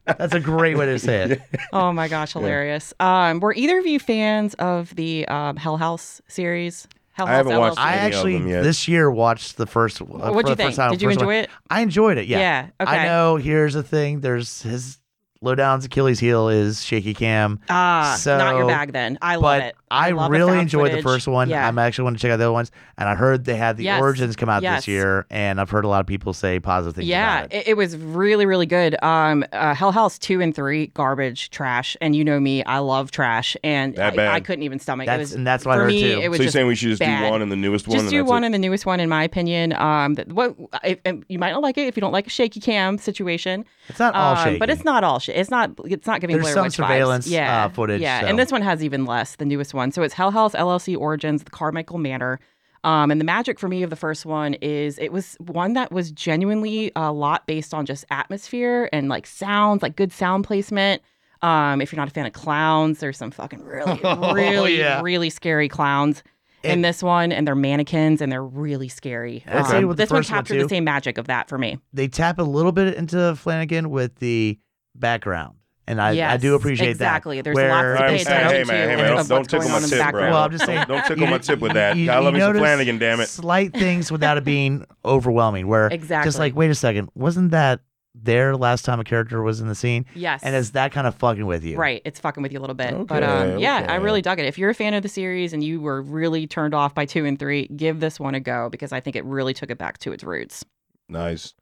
That's a great way to say it. Oh my gosh, hilarious. Um, were either of you fans of the um, Hell House series? Hell I House haven't watched LLC? I Any of actually them yet. this year watched the first. Uh, for What'd you the first think? time- Did you first enjoy one. it? I enjoyed it. Yeah. Yeah. Okay. I know. Here's the thing. There's his Lowdown's Achilles heel is shaky cam. Ah, not your So- bag then. I love but it. I, love the really found enjoyed footage. the first one. Yeah. I'm actually want to check out the other ones. And I heard they had the Yes. origins come out Yes. this year, and I've heard a lot of people say positive things. yeah, about it. it. it was really, really good. Um, uh, Hell House two and three, garbage, trash, and you know me, I love trash, and That I, bad. I couldn't even stomach. That's- it was, and that's what I for heard me, too. It was So you're just saying we should just bad. do one and the newest one? Just and do that's one it? and the newest one, in my opinion. Um, that, what if, if- you might not like it if you don't like a shaky cam situation, it's not all Um, shaky. but it's not all shit. It's not. It's not giving There's Blair some Witch vibes. surveillance, Yeah, uh, footage, Yeah, so. and this one has even less. The newest one, so it's Hell House LLC Origins, the Carmichael Manor. Um, and the magic for me of the first one is it was one that was genuinely a lot based on just atmosphere and like sounds, like good sound placement. Um, if you're not a fan of clowns, there's some fucking really, Oh, really, yeah. really scary clowns in And- this one, and they're mannequins and they're really scary. Um, I'd say with the this one first one, captured the too. same magic of that for me. they tap a little bit into Flanagan with the background, and I, I do Yes, appreciate exactly. that. There's where, lots All right, Pay hey, attention hey, man, to hey, man, don't, what's don't tickle going my on in the tip, bro. background. Well, I'm just saying- Don't, don't tickle you- my tip with you- that. you- God, I you love me some notice- Flanagan, damn it. Slight things without it being overwhelming. Where Exactly. just like, wait a second, wasn't that there last time a character was in the scene? Yes. And is that kind of fucking with you? Right, it's fucking with you a little bit, but um, Okay, yeah, I okay. really dug it. If you're a fan of the series and you were really turned off by two and three, give this one a go because I think it really took it back to its roots. Nice.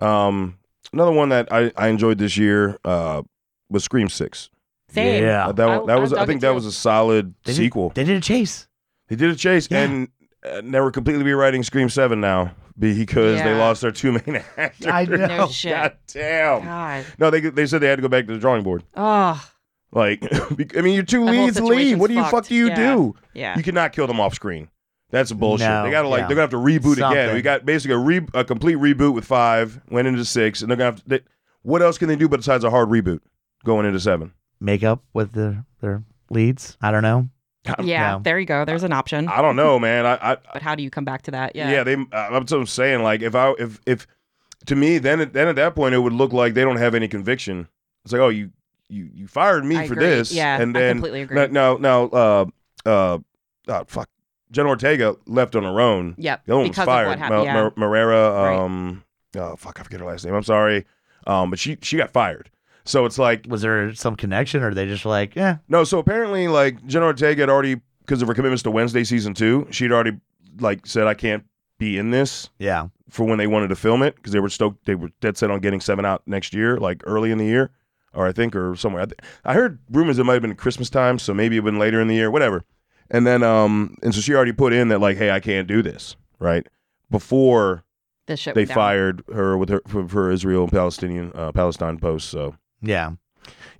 Um, another one that I, I enjoyed this year uh, was Scream Six. Same, Yeah. Uh, that I- one- that I was I dug think it that too. was a solid They Oh. did- sequel. They did a chase. They did a chase, Yeah. and uh, they were completely rewriting Scream Seven now because they Yeah. lost their two main actors. I know. No shit. God damn. God, No, they they said they had to go back to the drawing board. oh Like, bec- I mean, your two That whole leads leave. What do you situation's fuck do you fucked. do? yeah, You cannot kill them off screen. That's bullshit. No, they gotta like yeah. they're gonna have to reboot again. Something. We got basically a, re- a complete reboot with five, went into six, and they're gonna have to. They, what else can they do besides a hard reboot going into seven? Make up with their their leads. I don't know. yeah. no. There you go. There's an option, I don't know, man. I, I but how do you come back to that? yeah, Yeah, they. Uh, that's what I'm saying. Like if I if if to me then at- then at that point it would look like they don't have any conviction. It's like oh you you you fired me I for agree. this, Yeah, and I then completely No, agree. no, no. Uh, uh, oh, fuck. Jen Ortega left on her own. yep, The other one because was fired. of what Ma- happened. yeah. Mar- Marrera. Right. Um, oh fuck, I forget her last name. I'm sorry. Um, but she she got fired. So it's like Was there some connection, or they just like, "Eh, yeah, no. So apparently, like Jen Ortega had already because of her commitments to Wednesday season two, she'd already like said I can't be in this yeah, for when they wanted to film it because they were stoked they were dead set on getting seven out next year, like early in the year. Or I think, or somewhere. I, th- I heard rumors it might have been Christmas time, so maybe it been later in the year, whatever. And then, um, and so she already put in that like, hey, I can't do this, right? Before this shit they went down. fired her with her for, for Israel and Palestinian uh, Palestine posts. So yeah.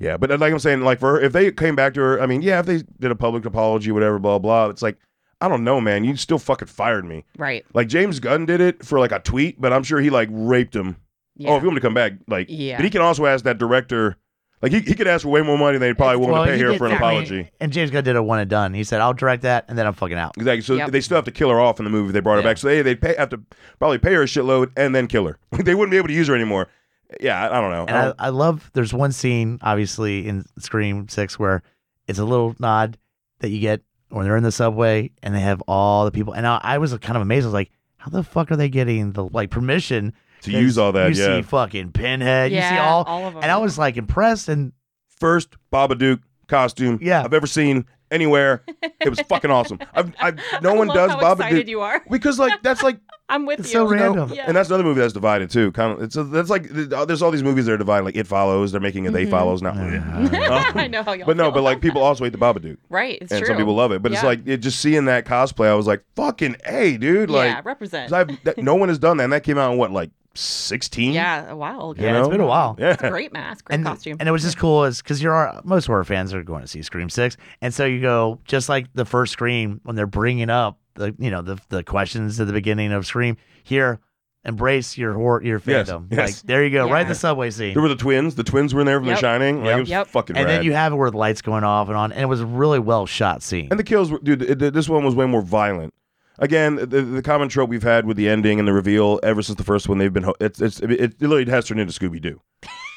yeah, but like I'm saying, like for her, if they came back to her, I mean, yeah, if they did a public apology, whatever, blah blah. It's like I don't know, man. You still fucking fired me. Right. Like James Gunn did it for like a tweet, but I'm sure he like raped him. Yeah. Oh, if you want me to come back, like, Yeah. but he can also ask that director. Like he, he could ask for way more money than they probably Well, want to pay he here did for an that. I mean, apology. And James Gunn did a one and done. He said, I'll direct that, and then I'm fucking out. Exactly. So Yep. they still have to kill her off in the movie. They brought her Yeah. back. So they they pay, have to probably pay her a shitload and then kill her. they wouldn't be able to use her anymore. Yeah, I, I don't know. And I I, don't- I love. There's one scene, obviously, in Scream Six where it's a little nod that you get when they're in the subway and they have all the people. And I, I was kind of amazed. I was like, how the fuck are they getting the like permission to 'Cause use all that, You yeah. see fucking Pinhead. yeah, You see all. of them. And I was like impressed and First Babadook costume Yeah. I've ever seen anywhere. It was fucking awesome. I've, I've, no I one love does how Babadook excited you are. because like that's like I'm with it's you. so you know, random. Yeah. and that's another movie that's divided too. Kind of it's a, that's like there's all these movies that are divided. Like It Follows, they're making a They Mhm. Follows now. I know how y'all. But no, feel. but like people also hate the Babadook, right. It's and true. some people love it. But it's Yeah. like it, just seeing that cosplay, I was like, "Fucking hey, dude!" Like, yeah, represent. 'cause I've, that, no one has done that. And that came out in what, like sixteen? Yeah, uh, a while Hmm? ago. You Yeah, it's know? been a while. yeah. Great mask, great and, costume. And it was just cool because you're our- most horror fans are going to see Scream Six, and so you go just like the first Scream when they're bringing up the you know the the questions at the beginning of Scream. Here, embrace your horror your Yes, fandom. yes. Like there you go, right Yeah. at the subway scene. There were the twins. The twins were in there from Yep. The Shining. Like Yep. it was Yep. fucking and rad. then you have it where the lights going off and on, and it was a really well shot scene. And the kills, were, dude. It, it- this one was way more violent. Again, the, the common trope we've had with the ending and the reveal ever since the first one, they've been ho- it's it's it, it literally has turned into Scooby Doo.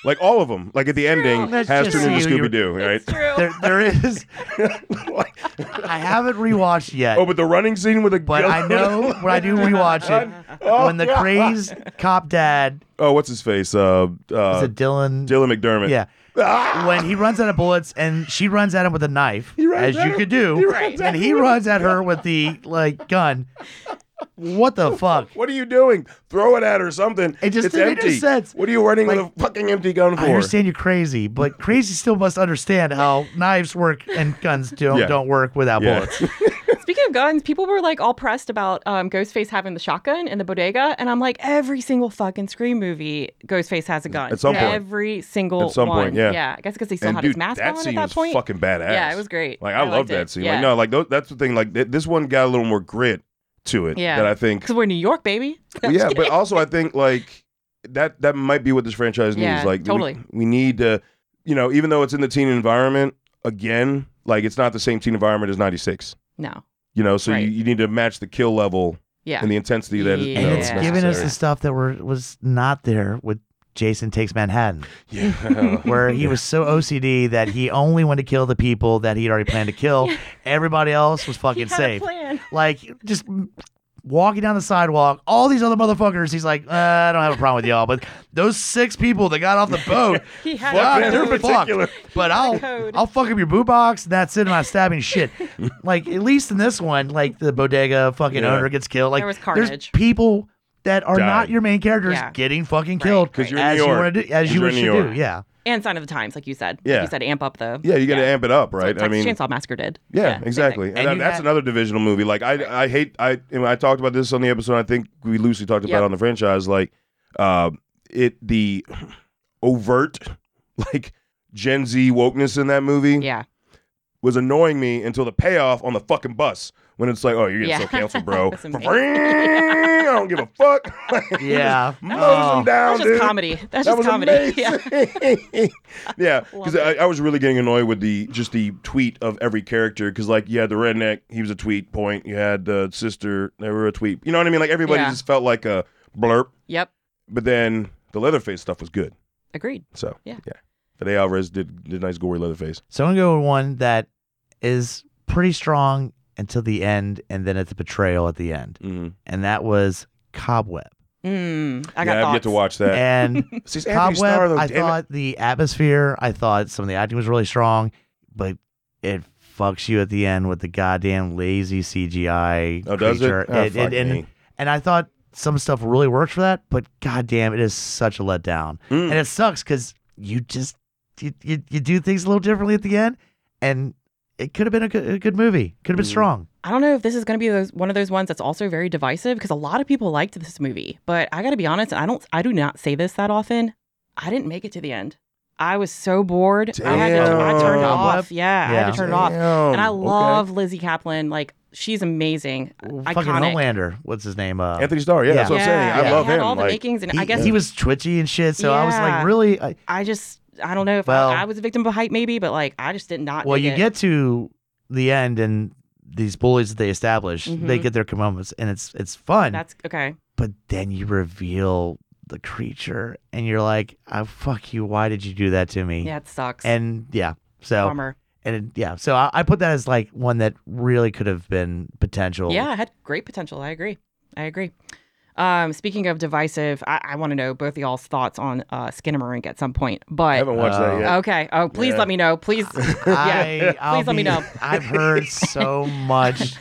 Like all of them, like at the ending That's has just turned into you. You- Scooby Doo, right? It's true. there, there is. Like- I haven't rewatched yet, oh, but the running scene with the but I know when I do rewatch it, when the crazed cop dad oh, what's his face? Uh, uh, is it Dylan? Dylan McDermott. Yeah. Ah! when he runs out of bullets and she runs at him with a knife, He runs as at you her- could do, he runs at and he her with runs at her with the like gun. What the fuck? What are you doing? Throw it at her or something. It just it's didn't make empty. any sense. What are you running Like, with a fucking empty gun for? I understand you're crazy, but crazy still must understand how knives work and guns don't Yeah. don't work without Yeah. bullets. Speaking of guns, people were like all pressed about um, Ghostface having the shotgun in the bodega, and I'm like, every single fucking Scream movie, Ghostface has a gun. At some point. every single At some one. point, yeah. yeah. I guess because he still and had dude, his mask that on scene at that was point. fucking badass. Yeah, it was great. Like I I, love liked that it. scene. Yeah. Like no, like tho- that's the thing. Like th- this one got a little more grit to it. Yeah. That I think. Because we're New York, baby. Well, yeah, but uh, also I think like that that might be what this franchise needs. Yeah, like we- totally. we, need to, you know, even though it's in the teen environment again, like it's not the same teen environment as '96. No. You know, so Right. you, you need to match the kill level Yeah. and the intensity that it- you Yeah. And know, it's is giving us necessary. the stuff that were was not there with Jason Takes Manhattan, Yeah. where he was so OCD that he only wanted to kill the people that he'd already planned to kill. Everybody else was He fucking had a safe. plan. Like just walking down the sidewalk, all these other motherfuckers. He's like, uh, I don't have a problem with y'all, but those six people that got off the boat, He had Fuck a them they're in code. fucked. particular. But I'll code. I'll fuck up your boo box. And that's it. And I'm stabbing shit. like at least in this one, like the bodega fucking Yeah. owner gets killed. Like There was There's carnage. people that are Died. not your main characters Yeah. getting fucking Right, killed 'Cause you're in as New you York. want to do, as 'Cause you you're in wish New to do. York. Yeah. And Sign of the Times, like you said. Like Yeah. you said, amp up the. Yeah, you got to amp it up, right? Texas Chainsaw Massacre did. Yeah, same thing. exactly. And And, that- you that's had- another divisional movie. Like I, I hate. I, and I talked about this on the episode. I think we loosely talked about Yep. it on the franchise. Like, uh, it the overt, like Gen Z wokeness in that movie Yeah. was annoying me until the payoff on the fucking bus when it's like, oh, you're getting Yeah. so canceled, bro. That's amazing. I don't give a fuck. Like, Yeah. Mows Oh. them down, That's just dude. comedy. That That's just was comedy. Yeah. amazing. yeah, Love because I, I was really getting annoyed with the just the tweet of every character. Because like you had the redneck, he was a tweet point. You had the sister, they were a tweet. You know what I mean? Like everybody Yeah. just felt like a blurp. Yep. But then the Leatherface stuff was good. Agreed. So Yeah. yeah. Fede Alvarez did did nice gory Leatherface. So I'm gonna go with one that is pretty strong until the end, and then it's a betrayal at the end, Mm-hmm. and that was Cobweb. Mm, I I got yeah, I've thoughts. yet to watch that. And See, it's Anthony Starr, Cobweb, though, I damn it. thought the atmosphere, I thought some of the acting was really strong, but it fucks you at the end with the goddamn lazy CGI. Oh, does it? creature. Ah, It- it- fuck and, me. and I thought some stuff really worked for that, but goddamn, it is such a letdown. Mm. And it sucks because you just you, you you do things a little differently at the end, and it could have been a good, a good movie. Could have been Mhm. strong. I don't know if this is going to be those, one of those ones that's also very divisive because a lot of people liked this movie, but I got to be honest, and I don't, I do not say this that often. I didn't make it to the end. I was so bored. I had to, I turned it Damn. off. Yeah, I had Yeah. to turn it off. Damn. And I Okay. love Lizzie Kaplan. Like she's amazing. Fucking Iconic. Homelander. What's his name? Uh, Anthony Starr. Yeah, Yeah. that's what I'm saying. I Yeah. love he had him. all the like, makings, and he, I guess he was twitchy and shit, so I was Yeah. like, really, I, I just, I don't know if Well- I, I was a victim of hype, maybe, but like I just did not. Well, dig you it. get to the end, and these bullies that they establish, they Mhm. get their commandments, and it's it's fun. that's okay. but then you reveal the creature, and you're like, "Oh fuck you! Why did you do that to me?" Yeah, it sucks. And yeah, so Bummer. and it, yeah, so I, I put that as like one that really could have been potential. Yeah, it had great potential. I agree. I agree. Um, speaking of divisive, I, I want to know both of y'all's thoughts on uh, Skinamarink at some point. I But haven't watched Uh, that yet. okay. Oh, please Yeah. let me know. Please. yeah. I, I'll Please let me be- know. I've heard so much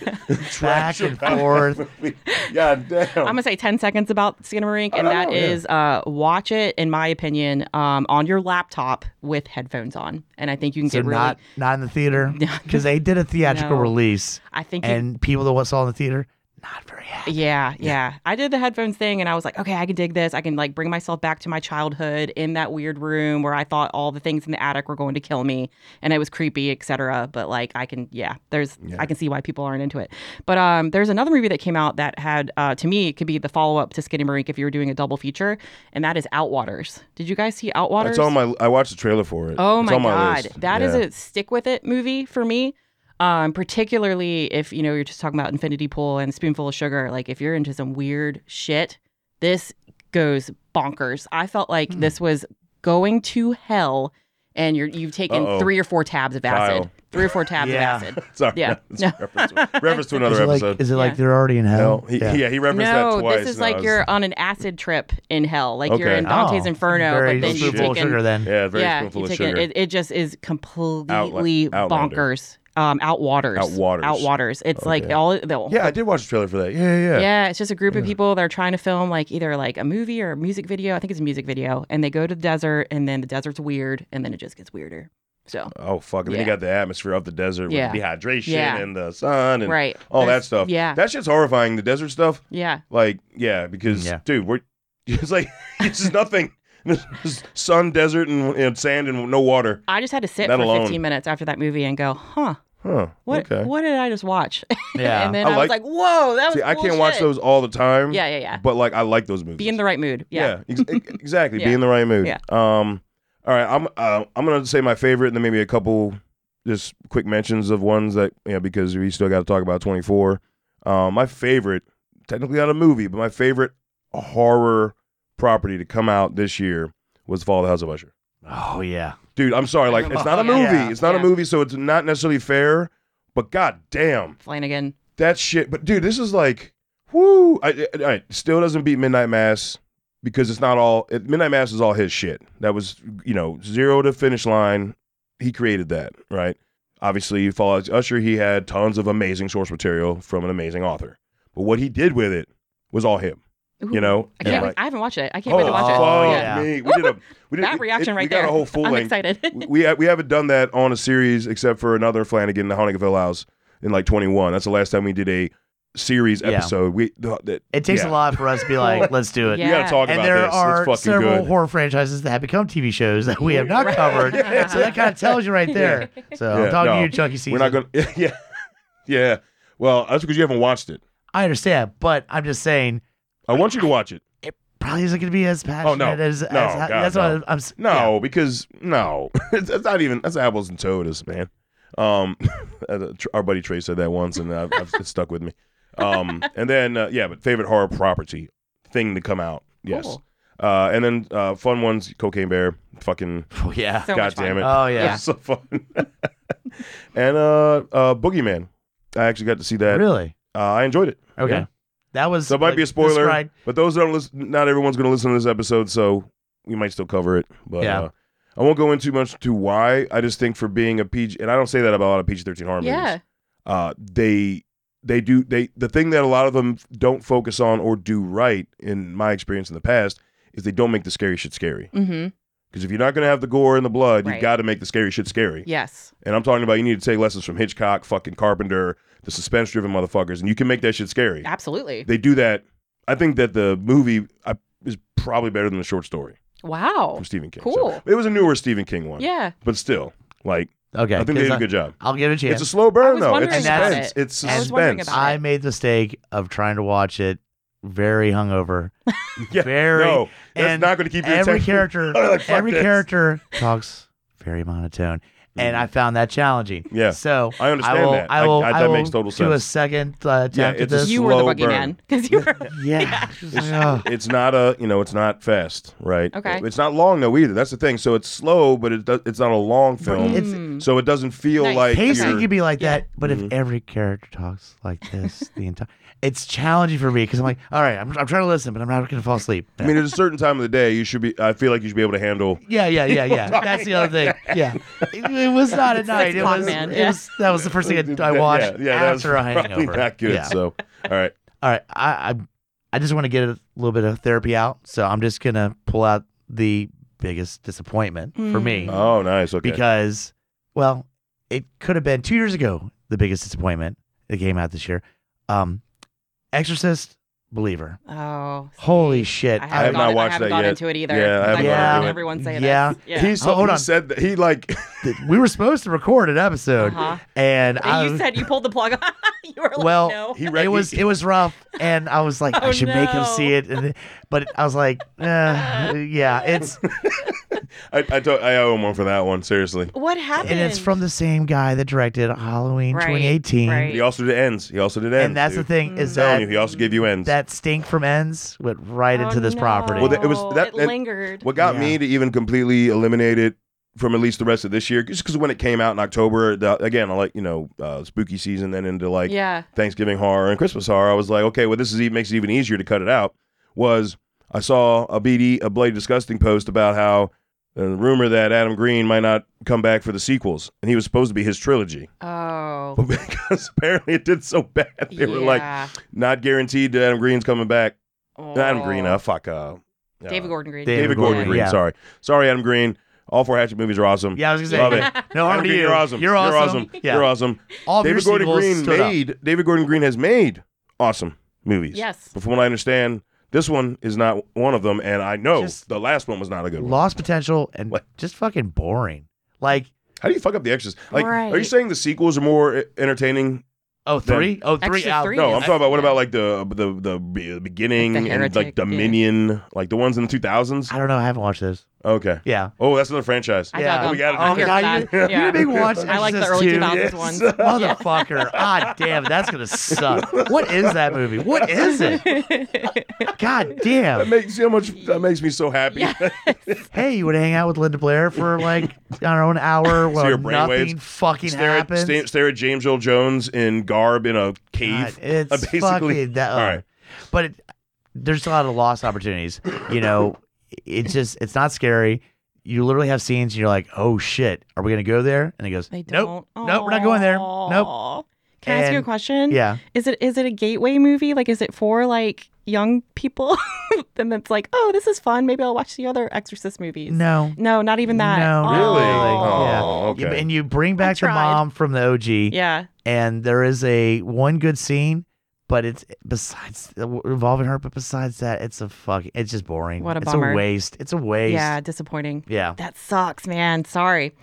back and forth. God damn. I'm gonna say 10 seconds about Skinamarink, I and don't that know, yeah. is uh, watch it, in my opinion, um, on your laptop with headphones on, and I think you can So get really. not not in the theater because they did a theatrical No. release. I think you and people that saw in the theater not very happy. Yeah, yeah. I did the headphones thing and I was like, okay, I can dig this. I can like bring myself back to my childhood in that weird room where I thought all the things in the attic were going to kill me and it was creepy, etc. But like I can yeah, there's Yeah. I can see why people aren't into it. But um there's another movie that came out that had uh to me it could be the follow up to Skinny Marink if you were doing a double feature, and that is Outwaters. Did you guys see Outwaters? It's on my. I watched the trailer for it. Oh It's my, on god, list. that yeah. is a stick with it movie for me. Um, particularly if you know you're just talking about Infinity Pool and Spoonful of Sugar. Like if you're into some weird shit, this goes bonkers. I felt like Hmm. this was going to hell and you're you've taken Uh-oh. three or four tabs of acid. Kyle. Three or four tabs Yeah. of acid. Sorry, Yeah. that's a reference, to, reference to Is another it like, episode. is it like Yeah. they're already in hell? no, he, yeah, he referenced that no, twice. this is and I like was- you're on an acid trip in hell. Like you're Okay. in Dante's Oh, Inferno, very but then you've spoonful full taken of sugar then. Yeah, very yeah, spoonful you of take sugar. It, it, it just is completely Outlander. bonkers. Um, outwaters. Outwaters. Outwaters. It's like Okay. all the yeah, I did watch a trailer for that. Yeah, yeah, yeah. Yeah, it's just a group of people that are trying to film like either like a movie or a music video. I think it's a music video, and they go to the desert, and then the desert's weird, and then it just gets weirder. So Oh fuck! And then you Yeah. got the atmosphere of the desert with Yeah. the dehydration Yeah. and the sun and right, all that There's- stuff. Yeah, That shit's horrifying. The desert stuff, yeah, like yeah, because Yeah. dude, we're it's like it's just nothing. It's just sun, desert, and, and sand, and no water. I just had to sit That for alone. 15 minutes after that movie and go, huh, Huh? what okay. what did I just watch? Yeah. and then I I, was like- like, whoa, that was. See, I cool can't watch shit." those all the time. Yeah, yeah, yeah. But like, I like those movies. Be in the right mood. Yeah. Yeah, ex- ex- exactly. Be Yeah. in the right mood. Yeah. Um. All right. I'm. Uh, I'm gonna say my favorite, and then maybe a couple just quick mentions of ones that you know because we still got to talk about 24. Um. My favorite, technically not a movie, but my favorite horror property to come out this year was Fall of the House of Usher. Oh yeah. Dude, I'm sorry. Like, it's not a Yeah. movie. Yeah. It's not a Yeah. movie, so it's not necessarily fair. But god damn, Flanagan. that shit. But dude, this is like, whoo! I, I, I- still doesn't beat Midnight Mass because it's not all. It, Midnight Mass is all his shit. That was you know zero to finish line. He created that right. Obviously, Fallout Usher. He had tons of amazing source material from an amazing author. But what he did with it was all him. Ooh, You know. I can't. And, wait- like, I haven't watched it. I can't oh, wait to watch it. Oh, fuck yeah. me. We did a. We did, That reaction it, right we there. got a whole full I'm length excited. we we ha- we haven't done that on a series except for another Flanagan, the Hauntingville House, in like 21. That's the last time we did a series Yeah. episode. We th- that, It takes Yeah. a lot for us to be like, let's do it. Yeah. we got to talk And about there this. are it's fucking several good. horror franchises that have become TV shows that we have not Right. covered. So that kind of tells you right there. So Yeah, I'm talking no. to you, Chucky Season. We're not gonna. Yeah, yeah. Well, that's because you haven't watched it. I understand, but I'm just saying, I want you to watch it. it probably isn't going to be as passionate as, as Oh, God, that's no. what I'm. s- No, because no, that's not even. That's apples and toes, man. Um, our buddy Trey said that once, and uh, I've, I've, it stuck with me. Um, and then uh, yeah, but favorite horror property thing to come out. Yes. Cool. Uh, and then uh, fun ones, Cocaine Bear, fucking Yeah. Oh, yeah. So God much damn fun. it. Oh yeah. so fun. and uh, uh, Boogeyman, I actually got to see that. Really? Uh, I enjoyed it. Okay. Yeah. That was. So it might be a like, spoiler, described- but those that don't listen, not everyone's going to listen to this episode, so we might still cover it. But Yeah. uh, I won't go into much to why. I just think for being a PG, and I don't say that about a lot of PG thirteen horror Yeah. movies. Uh, they they do they the thing that a lot of them don't focus on or do right in my experience in the past is they don't make the scary shit scary. Mm-hmm. Because if you're not going to have the gore and the blood, you've Right. got to make the scary shit scary. Yes. And I'm talking about you need to take lessons from Hitchcock, fucking Carpenter, the suspense driven motherfuckers, and you can make that shit scary. Absolutely. They do that. I think that the movie I, is probably better than the short story Wow. from Stephen King. cool. it was a newer Stephen King one. Yeah. But still, like, Okay. I think they did a 'cause good job. I'll give it a chance. It's a slow burn, was though. It's wondering about suspense. it. It's I was wondering suspense. about I made the mistake of trying to watch it very hungover. Yeah, very no, that's and not going to keep your every attention. character Like, fuck every this. character talks very monotone. And I found that challenging. Mm. Yeah. So I understand will, that. I will, I- I- that will makes total Do a sense. second uh, attempt Yeah, at it's a this. You were the slow boogeyman burn. because you were. yeah. Just like, oh. it's not a you know it's not fast right Okay. it's not long though either that's the thing so it's slow but it does, it's not a long film It's- Mm. so it doesn't feel Nice. like Pacing you're- can be like Yeah. that, but Mhm. if every character talks like this the entire, it's challenging for me because I'm like, all right, I'm, I'm trying to listen, but I'm not going to fall asleep. I mean, at a certain time of the day, you should be. I feel like you should be able to handle. Yeah, yeah, yeah, yeah. That's the other thing. Yeah, it, it was not at It's like night. It Clock was, Man, it yeah. was- That was the first thing I, I Yeah, watched Yeah, that was after a probably hangover. not good. Yeah. So, all right. All right, I, I, I just want to get a little bit of therapy out, so I'm just gonna pull out the biggest disappointment for me Mm. Oh, nice. Okay. because, well, it could have been two years ago. The biggest disappointment that came out this year, um, Exorcist Believer. Oh. Holy shit! I have haven't, not gone, watched I haven't that gone yet. into it either. Yeah, I I've haven't heard gone into it. everyone say Yeah. this. Yeah. He, so, Hold he on. said that he like. we were supposed to record an episode, Uh-huh. and, I, And you said you pulled the plug. you were like, Um, Well, no. He re- it was he- it was rough, and I was like, I Oh, should make him no. see it, and then- but I was like, eh, yeah, it's I I, told, I owe him one for that one. Seriously. What happened? and it's from the same guy that directed Halloween Right, 2018, He right. also did ends. He also did ends. and that's the dude. thing is Mm. I'm telling you, that he also gave you ends. that stink from ends went right Oh, into this no. property. Well, the- it was- that- It that- lingered. what got Yeah. me to even completely eliminate it from at least the rest of this year, just because when it came out in October, the, again, I like you know uh, spooky season, then into like yeah. Thanksgiving horror and Christmas horror, I was like, okay, well, this is even, makes it even easier to cut it out. Was I saw a BD a Blade Disgusting post about how the rumor that Adam Green might not come back for the sequels, and he was supposed to be his trilogy, Oh. but because apparently it did so bad, they were like, yeah. not guaranteed that Adam Green's coming back. Adam Oh. Green, uh, fuck, uh, uh, David Gordon Green. David Gordon Gordon, Green. yeah. Sorry, sorry, Adam Green. All four Hatchet movies are awesome. Yeah, I was gonna say. Love it. Adam No, harm to Green, you. You're awesome. You're awesome. Yeah. You're awesome. All of David your Gordon sequels Green stood up. made David Gordon Green has made awesome movies. Yes. But from what I understand, this one is not one of them, and I know Just- the last one was not a good one. lost potential and What? just fucking boring. Like How do you fuck up the extras? Like, are you Right. saying the sequels are more e- entertaining? oh three, oh three Extra out. three. No, I'm Yes. talking about what Yeah. about like the the the be- beginning Like the and like Heretic, yeah. Dominion, like the ones in the 2000s. I don't know. I haven't watched those. Okay. Yeah. Oh, that's another franchise. I Yeah. dug We him. gotta I'm do here that. for Oh, You- that. you did a big watch. I like the Exorcist early too. 2000s Yes. ones. Motherfucker. ah, damn. That's going to suck. What is that movie? What is it? God That damn. makes see how much that makes me so happy. Yeah. Hey, you want to hang out with Linda Blair for like, I don't know, an hour your where brainwaves. nothing fucking stare, at, happens? sta- stare at James Earl Jones in garb in a God, cave. it's basically- fucking that. uh, All right. But it, there's a lot of lost opportunities. You know, it's just it's not scary. You literally have scenes and you're like, oh shit, are we gonna go there? And it goes, They nope, don't. nope, we're not going there. Nope. Aw. Can I ask you a And- question? Yeah. Is it is it a gateway movie? Like, is it for like young people? and it's like, oh, this is fun. Maybe I'll watch the other Exorcist movies. No. No, not even that. No, oh. not Really? Yeah. Oh, You- okay. and you bring back the tried. mom from the OG, Yeah. and there is a one good scene, but it's besides uh, involving her. But besides that, it's a fuck. It's just boring. What a it's bummer. a waste. It's a waste. Yeah. Disappointing. Yeah. That sucks, man. Sorry.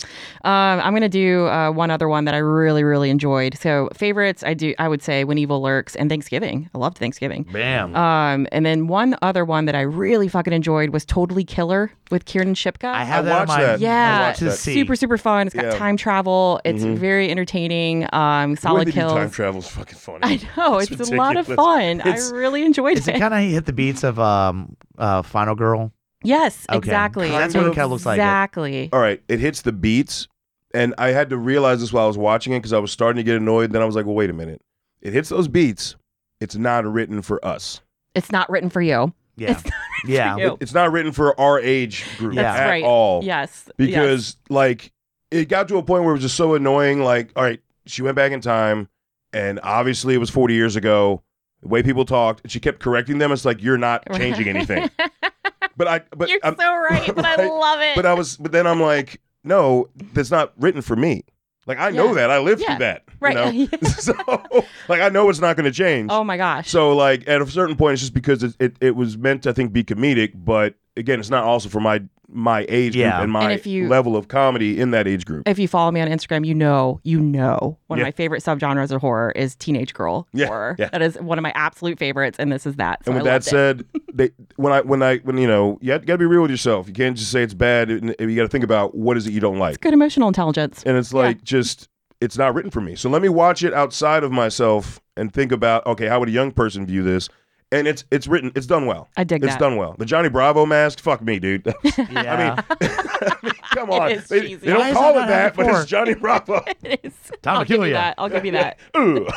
Um, I'm gonna do uh, one other one that I really, really enjoyed. So favorites, I do. I would say When Evil Lurks and Thanksgiving. I loved Thanksgiving. Bam. Um, and then one other one that I really fucking enjoyed was Totally Killer with Kieran Shipka. I have I that on watched my that. Yeah. I watched to that. see. Mm-hmm. super super fun. It's got Yeah. time travel. It's very entertaining. Um, Where solid they do kills. time travel's fucking funny. I know It's it's, a lot of ridiculous. fun. It's- I really enjoyed Is it. it kind of hit the beats of um uh Final Girl? yes, Okay. exactly. That's what it kinda looks like it. Exactly. All right, it hits the beats, and I had to realize this while I was watching it because I was starting to get annoyed. Then I was like, well, wait a minute. It hits those beats. It's not written for us. It's not written for you. Yeah. yeah. you. It's not written for our age group That's at right. all. Yes. yes. Because like it got to a point where it was just so annoying. Like, all right, she went back in time, and obviously it was 40 years ago. The way people talked, and she kept correcting them. It's like you're not changing anything. But I, but You're I'm- so right, but I Right? love it. but I was, but then I'm like, no, that's not written for me. Like I know Yeah. that I lived Yeah. through that, Right. You know? so like I know it's not going to change. oh my gosh. So like at a certain point, it's just because it, it it was meant to I think be comedic, but again, it's not also for my my age Yeah. group and my if you- level of comedy in that age group. if you follow me on Instagram, you know, you know, one Yeah. of my favorite subgenres of horror is teenage girl Yeah, horror. yeah. That is one of my absolute favorites, and this is that. So and with that I loved it. said, they when I when I when you know you got to be real with yourself. You can't just say it's bad. and You got to think about what is it you don't like. good emotional intelligence. and it's like just it's not written for me. So let me watch it outside of myself and think about okay, how would a young person view this? And it's it's written, it's done well. I dig It's that. done well. The Johnny Bravo mask, fuck me, dude. Yeah. I mean, come on. is they, cheesy. they don't Why has call that it not that, happened but it's Johnny Bravo. It is. Time to I'll give kill you ya. that. I'll give you that. Ooh.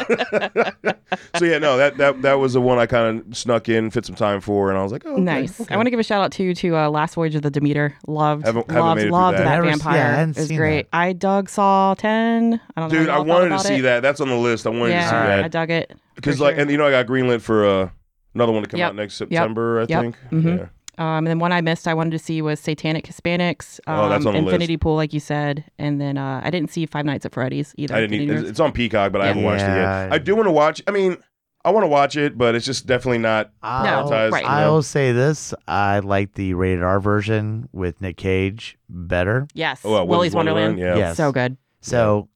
so yeah, no, that that that was the one I kind of snuck in, fit some time for, and I was like, oh, okay, Nice. okay. I want to give a shout out too to uh, Last Voyage of the Demeter. Loved, Haven't- haven't loved, made it through loved that. that, Never- vampire. yeah, I hadn't it was seen great. I dug Saw Ten. I don't Dude, know. I how y'all wanted to thought about see it. that. That's on the list. I wanted to Yeah, see All right. that. I dug it for Because like, sure. and you know, I got greenlit for uh, another one to come Yep. out next September, I Yep. think. Mhm. Yeah. Um, and then one I missed, I wanted to see was Satanic Hispanics. Um, Oh, that's on the list. Infinity Pool, like you said, and then uh, I didn't see Five Nights at Freddy's either. I didn't. e- Did Need, you it's- it's on Peacock, but I Yeah. haven't watched it Yeah. yet. I do want to watch. I mean, I want to watch it, but it's just definitely not. I'll, Prioritized, right. you know? I'll say this: I like the rated R version with Nick Cage better. yes. Oh, uh, Willy's Wonderland. Yeah. Yeah. Yes. So good. So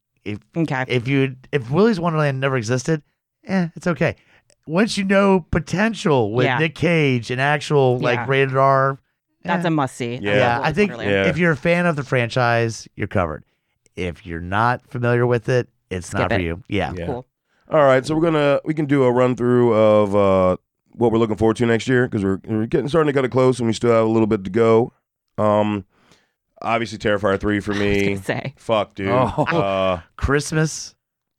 Okay. if you if Willy's Wonderland never existed, eh, it's okay. Once you know potential with Yeah. Nick Cage and actual like Yeah. rated R, That's eh. a must see. Yeah. yeah. I think Yeah. if you're a fan of the franchise, you're covered. If you're not familiar with it, it's Skip not for it. you. Yeah. Yeah. Cool. All right, so we're gonna we can do a run through of uh, what we're looking forward to next year because we're we're getting starting to cut it close and we still have a little bit to go. Um, Obviously, Terrifier three for me. gonna say. Fuck, dude. Oh. Uh, Christmas.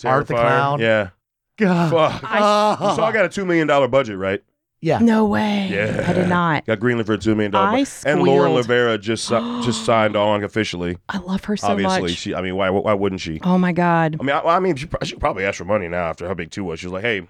Art the Terrifier, Clown. Yeah. God. Fuck. Oh. You saw I got a two million dollar budget, right? yeah. No way. Yeah. I did not. Got greenlit for a two million dollar. I budget. And Lauren squealed. Lavera just si- just signed on officially. I love her so obviously, much. she. I mean, why why wouldn't she? oh my god. I mean, I, I mean, she, pro- she probably asked for money now after how big two was. She was like, "Hey,"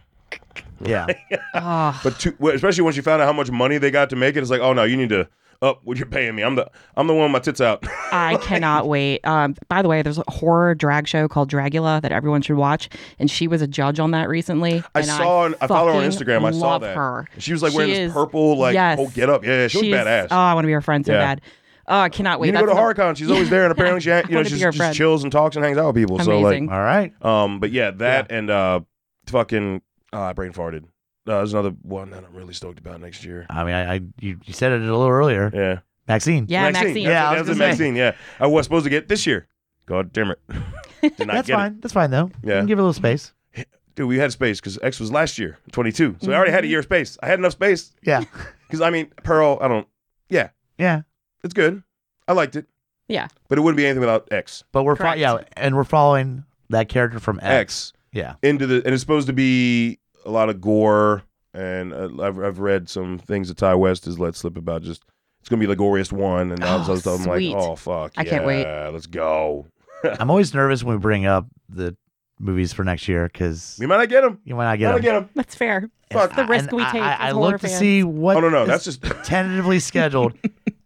Yeah. Ah. but two, well, especially when she found out how much money they got to make it, it's like, "Oh no, you need to up what you're paying me. I'm the I'm the one with my tits out." I cannot wait. Um, by the way, there's a horror drag show called Dragula that everyone should watch, and she was a judge on that recently. I and saw. I, I follow her on fucking Instagram. I saw love that. her. She was like She wearing is- this purple like yes. whole get up. Yeah, she was She's- badass. Oh, I want to be her friend so Yeah. bad. Oh, I cannot wait. you need to go to That's another- HorrorCon. She's always there, and apparently she, ha- you I know, wanna be she's, her just friend. chills and talks and hangs out with people. Amazing. All right. So like, um, but yeah, that and uh, fucking, uh, I brain farted. Uh, there's another one that I'm really stoked about next year. I mean, I, I you, you said it a little earlier. Yeah, Maxine. Yeah, Maxine. That's Yeah, I it, was that's it, gonna say. Maxine. Yeah, I was supposed to get this year. God damn it, did not That's get fine. That's fine though. You Yeah. can give it a little space. it. Dude, we had space because X was last year, 22. So I already Mm-hmm. had a year of space. I had enough space Yeah. because I mean, Pearl. I don't. Yeah, yeah. it's good. I liked it, Yeah. but it wouldn't be anything without X. But we're fo- Correct. yeah, and we're following that character from X. X. Yeah. into the and it's supposed to be a lot of gore and uh, I've, I've read some things that Ty West has let slip about just it's gonna be the goriest one and I was, I Oh, was I'm like sweet. oh fuck I can't wait. yeah, let's go I'm always nervous when we bring up the movies for next year because we might not get him you might not might get not them. get him That's fair. Fuck. It's the risk And we I- take. I, as I horror look to fans. see what. oh no no is that's just tentatively scheduled.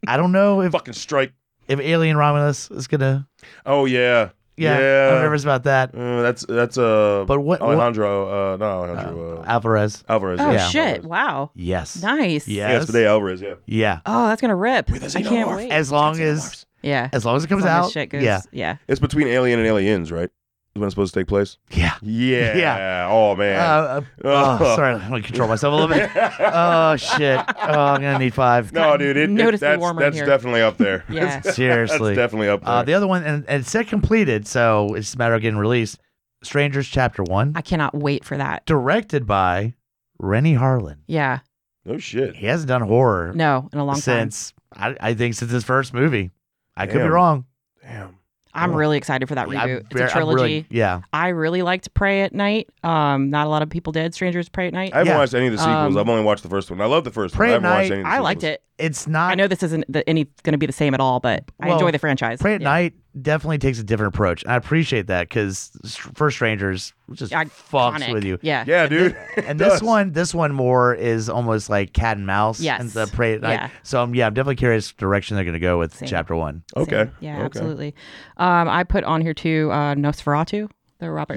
I don't know if fucking strike if Alien Romulus is gonna. oh yeah Yeah, yeah I'm nervous about that. Uh, that's that's uh But what? what- Alejandro uh no uh, Alejandro uh, Alvarez. Alvarez Oh yeah. shit! Alvarez. Wow. Yes. Nice. Yeah. yeah it's today Alvarez yeah Yeah. Oh, that's gonna rip. Wait, that's I can't Xenomorph. wait. As long as Xenomorphs. yeah. as long as it comes As long as out. shit goes- yeah. Yeah. it's between Alien and Aliens right is when it's supposed to take place Yeah. yeah oh man Uh, uh, oh, sorry, I'm gonna control myself a little bit. Oh shit! Oh, I'm gonna need five. No, dude, it, it- Noticeably that's, warmer that's here. definitely up there. Yeah. that's Seriously. definitely up there. Uh, the other one, and, and it said completed, so it's just a matter of getting released. Strangers Chapter One, I cannot wait for that. directed by Rennie Harlan. Yeah. no shit. He hasn't done horror No, in a long time. since I, I think since his first movie. I could be Damn. wrong. Damn. I'm really excited for that I reboot. It's bar- a I'm trilogy. really- yeah, I really liked Pray at Night. Um, not a lot of people did. Strangers Pray at Night. I haven't Yeah. watched any of the sequels. Um, I've only watched the first one. I love the first one. I Pray at haven't watched Night, any of the I liked sequels. it. it's not. I know this isn't the, any going to be the same at all, but I Well, enjoy the franchise. Pray at Yeah. Night definitely takes a different approach. I appreciate that because First Strangers just fucks Iconic. with you. Yeah. Yeah, dude. And It this does. one, this one more is almost like cat and mouse. Yes. And the Pray at Night. Yeah. So um, yeah, I'm definitely curious direction they're gonna go with Same. Chapter One. Okay. Same. Yeah, okay. absolutely. Um, I put on here too uh, Nosferatu, the Robert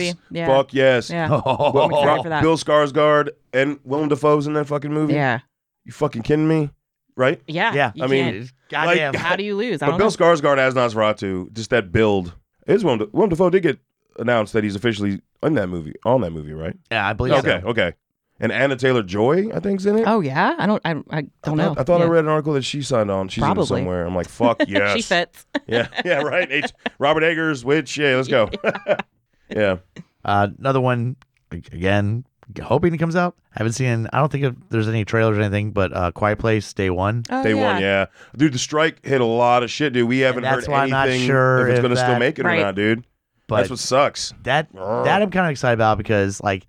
Yes. movie. Yeah. Fuck yes. Yeah. Well, I'm excited Ro- for that. Bill Skarsgård and Willem Dafoe's in that fucking movie. Yeah. You fucking kidding me? Right? Yeah. Yeah. you I mean, can't- Goddamn. Like- how do you lose? I But don't Bill know. Skarsgård as Nosferatu, just that build. It is Willem, da- Willem Dafoe did get announced that he's officially in that movie, on that movie, right? yeah, I believe Okay, so. okay. And Anna Taylor Joy, I think's in it. Oh yeah, I don't. I, I don't I know. thought, I, thought I Yeah. read an article that she signed on. She's in it Probably. somewhere. I'm like, fuck yes. She fits. Yeah, yeah, right. H- Robert Eggers, which yeah, let's go. yeah, Uh, another one a- again. Hoping it comes out. I haven't seen. I don't think if there's any trailers or anything, but uh, Quiet Place Day One. Oh, day one. Yeah, dude, the strike hit a lot of shit, dude. We haven't that's heard why I'm anything not sure if it's if gonna still that- make it Right. or not, dude. But that's what sucks. that that I'm kind of excited about because like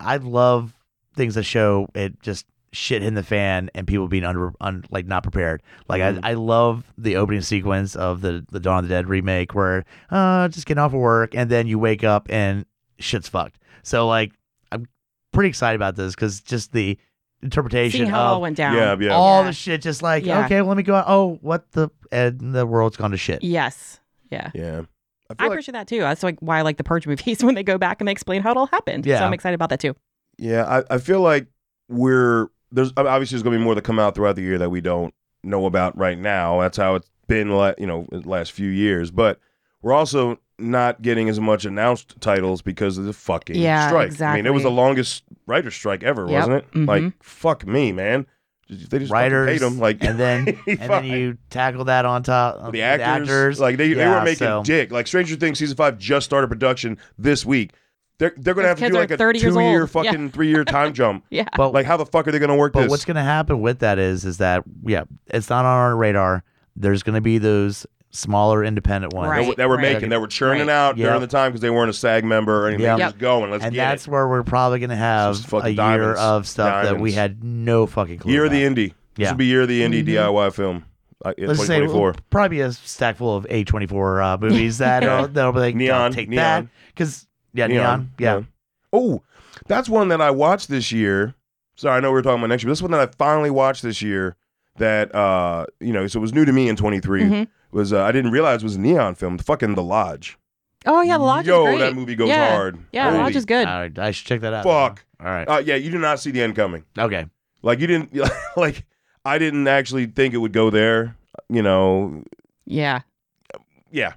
I love things that show it just shit in the fan and people being under un, like not prepared. Like Mhm. I, I love the opening sequence of the the Dawn of the Dead remake where uh just getting off of work and then you wake up and shit's fucked. So like I'm pretty excited about this because just the interpretation Seeing how it all of went down. Yeah, yeah. all Yeah. the shit just like Yeah. okay well, let me go out oh what the and the world's gone to shit Yes. Yeah. yeah. I I feel like, appreciate that too. That's like why I like the Purge movies when they go back and they explain how it all happened. Yeah. So I'm excited about that too. yeah, I, I feel like we're there's I mean, obviously there's gonna be more that come out throughout the year that we don't know about right now. That's how it's been, la- you know, the last few years. But we're also not getting as much announced titles because of the fucking Yeah, strike. I mean, it was exactly. the longest writer's strike ever, Yep, wasn't it? mhm. Like, fuck me, man. Just- They just Mm-hmm. Writers, fucking paid them. Like, and then- he and then you tackle that on top of the actors, like they, they Um, Yeah, were making so- dick. Like Stranger Things season five just started production this week. They're they're gonna have Those to kids do are like a 30 years two year old. fucking three year time jump. Yeah. but Like how the fuck are they gonna work But this? what's going to happen with that is, is that yeah, it's not on our radar. there's going to be those smaller independent ones. Right. that, that were right. making, that were churning Right. out Yep. during the time because they weren't a SAG member or anything. Yep. They're Just going, let's and get that's it. where we're probably going to Just have fucking a year diamonds. of stuff that we Diamonds. had no fucking clue. Year of about. the indie. This Yeah. would be year of the indie Mhm. DIY film. Uh, yeah, Let's say 2024. probably a stack full of A24 uh, movies that Yeah. are, that'll be like, Neon, "Don't take neon. that. Because, yeah, neon. Yeah. Oh, that's one that I watched this year. Sorry, I know we were talking about next year. But this one that I finally watched this year that uh, you know, so it was new to me in 23 Mhm. was uh, I didn't realize it was a neon film. Fucking The Lodge. Oh yeah, the lodge Yo, is great. that movie goes Yeah. hard. Yeah, the Holy- lodge is good. All right, I should check that out. Fuck. All right. Uh, yeah, you did not see the end coming. okay. Like you didn't like I didn't actually think it would go there. You know, yeah, yeah,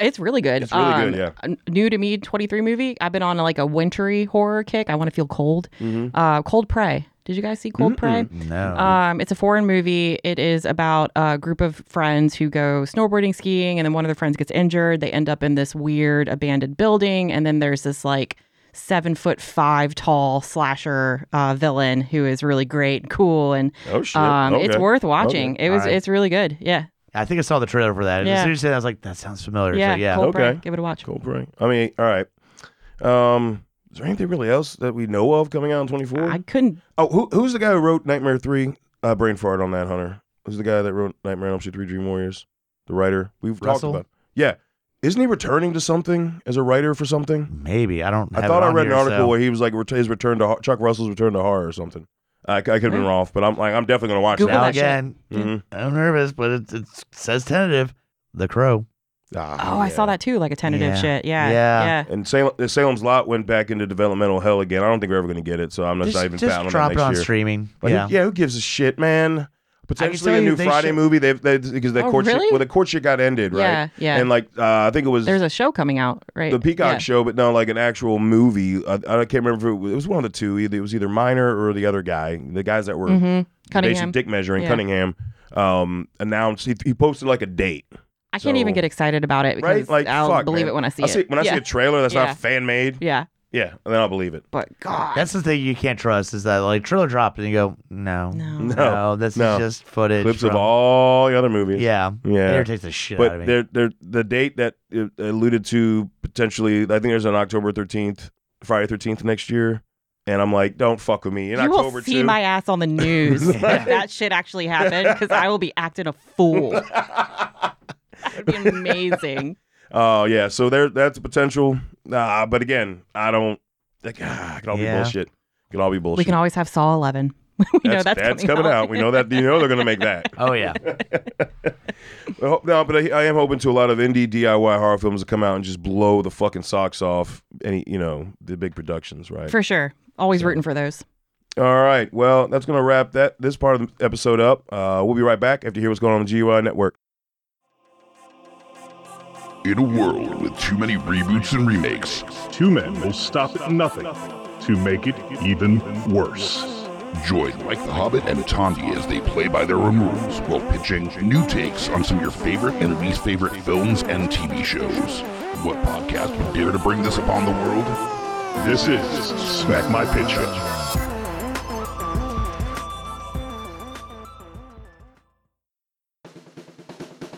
it's really good. it's really good. Yeah, yeah. New to me, 23 movie. I've been on like a wintry horror kick. I want to feel cold. Mhm. Uh, Cold Prey. Did you guys see Cold Prey? No. Um, it's a foreign movie. It is about a group of friends who go snowboarding, skiing, and then one of their friends gets injured. They end up in this weird abandoned building, and then there's this like seven foot five tall slasher uh, villain who is really great and cool, and Oh shit. um, it's Okay. worth watching. It was All right. it's really good. Yeah, I think I saw the trailer for that. And As Yeah. soon as you said that, I was like, that sounds familiar. Yeah. yeah, So, yeah. Cold Prey. Okay. Give it a watch. Cold Prey. I mean, all right. Um, is there anything really else that we know of coming out in 24? I couldn't. Oh, who, who's the guy who wrote Nightmare 3? Uh, brain fart on that, Hunter. Who's the guy that wrote Nightmare on Elm Street 3 Dream Warriors? The writer. We've Russell? talked about. Yeah. Isn't he returning to something as a writer for something? Maybe. I don't I have thought it I on read here, an article so- where he was like ret- his return to ho- Chuck Russell's return to horror or something. I, I could have been Hmm. wrong, but I'm like I'm definitely gonna watch Google Now that. that shit. Mhm. again, I'm nervous, but it, it says tentative. The Crow. Ah, Oh, I yeah. saw that too. Like a tentative Yeah. shit. Yeah, Yeah. yeah. And Salem, Salem's Lot went back into developmental hell again. I don't think we're ever gonna get it, so I'm not, just not even just battling drop that it next on year. streaming. Like, yeah. who, yeah, who gives a shit, man? Potentially tell a you, new they Friday should- movie. They they because that Oh, courtship really? well the courtship got ended, right? Yeah, yeah. And like uh, I think it was There's a show coming out, right? the Peacock Yeah. show, but no, like an actual movie. uh, I, I can't remember if it was, it was one of the two. Either it was either Minor or the other guy, the guys that were Mhm. Cunningham. basically dick measuring Yeah. Cunningham. Um, announced he, he posted like a date, I can't even so- get excited about it right? because Like I'll fuck, believe man. it when I see I it. see, when I yeah. see a trailer that's Yeah. not fan made. yeah, Yeah, and then I'll believe it. but God, That's the thing you can't trust is that like trailer dropped and you go, no, No. No, this no. is just footage. Clips of from- all the other movies. Yeah. It yeah. irritates the shit out of but me. they're, they're, the date that it alluded to potentially, I think there's an October 13th, Friday 13th next year. And I'm like, don't fuck with me. In you October, will see too. my ass on the news if Right. that shit actually happened because I will be acting a fool. That would be amazing. Oh, yeah. So there, that's a potential. Ah, but again, I don't, like, ah, it can all Yeah. be bullshit. It can all be bullshit. We can always have Saw 11. we know that's, coming, out. We know that. You know they're going to make that. oh yeah. I hope- No, but I, I am hoping to a lot of indie DIY horror films to come out and just blow the fucking socks off any, you know, the big productions, right? For sure. Always So. rooting for those. All right. Well, that's going to wrap that this part of the episode up. Uh, we'll be right back after you hear what's going on on the GUI network. In a world with too many reboots and remakes, Two men will stop at nothing to make it even worse. join Mike the Hobbit and Tandy as they play by their own rules while pitching new takes on some of your favorite and least favorite films and TV shows. What podcast would dare to bring this upon the world? This is Smack My Pitch Up.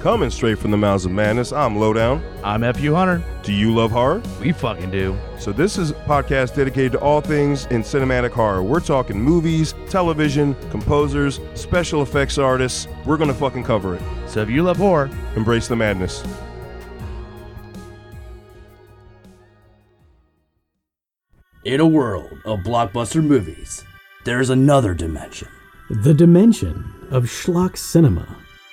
Coming straight from the mouths of madness, I'm Lowdown. I'm FU Hunter. Do you love horror? We fucking do. So this is a podcast dedicated to all things in cinematic horror. We're talking movies, television, composers, special effects artists. We're going to fucking cover it. So if you love horror, Embrace the madness. In a world of blockbuster movies, there's another dimension. The dimension of schlock cinema.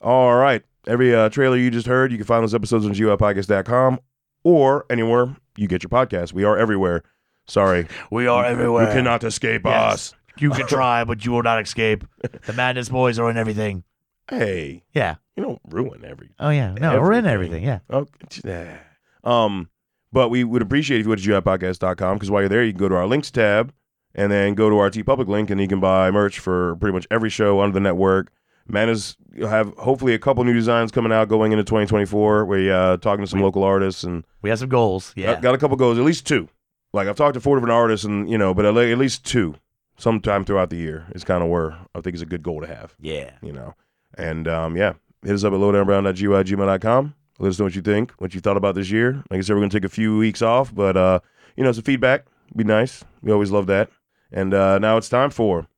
All right. Every uh, trailer you just heard, you can find those episodes on GUIPodcast.com or anywhere you get your podcast. We are everywhere. Sorry. We are everywhere. You cannot escape Yes. us. You can try, but you will not escape. The Madness Boys are in everything. Hey, Yeah. you don't ruin every. Oh yeah. No, we're in everything. Yeah. Oh, t- eh. Um, but we would appreciate if you went to GUIPodcast.com because while you're there, you can go to our links tab and then go to our T Public link and you can buy merch for pretty much every show under the network. Manners you'll have hopefully a couple new designs coming out going into 2024. We uh talking to some local artists and We have some goals. Yeah. Got, got a couple goals, at least two. Like I've talked to four different artists, and you know, but at le- at least two, sometime throughout the year, is kind of where I think is a good goal to have. Yeah. You know, and um, yeah, hit us up at lowdownbrown.gygmail.com. Let us know what you think, what you thought about this year. Like I said, we're gonna take a few weeks off, but uh, you know, some feedback be nice. We always love that. And uh, now it's time for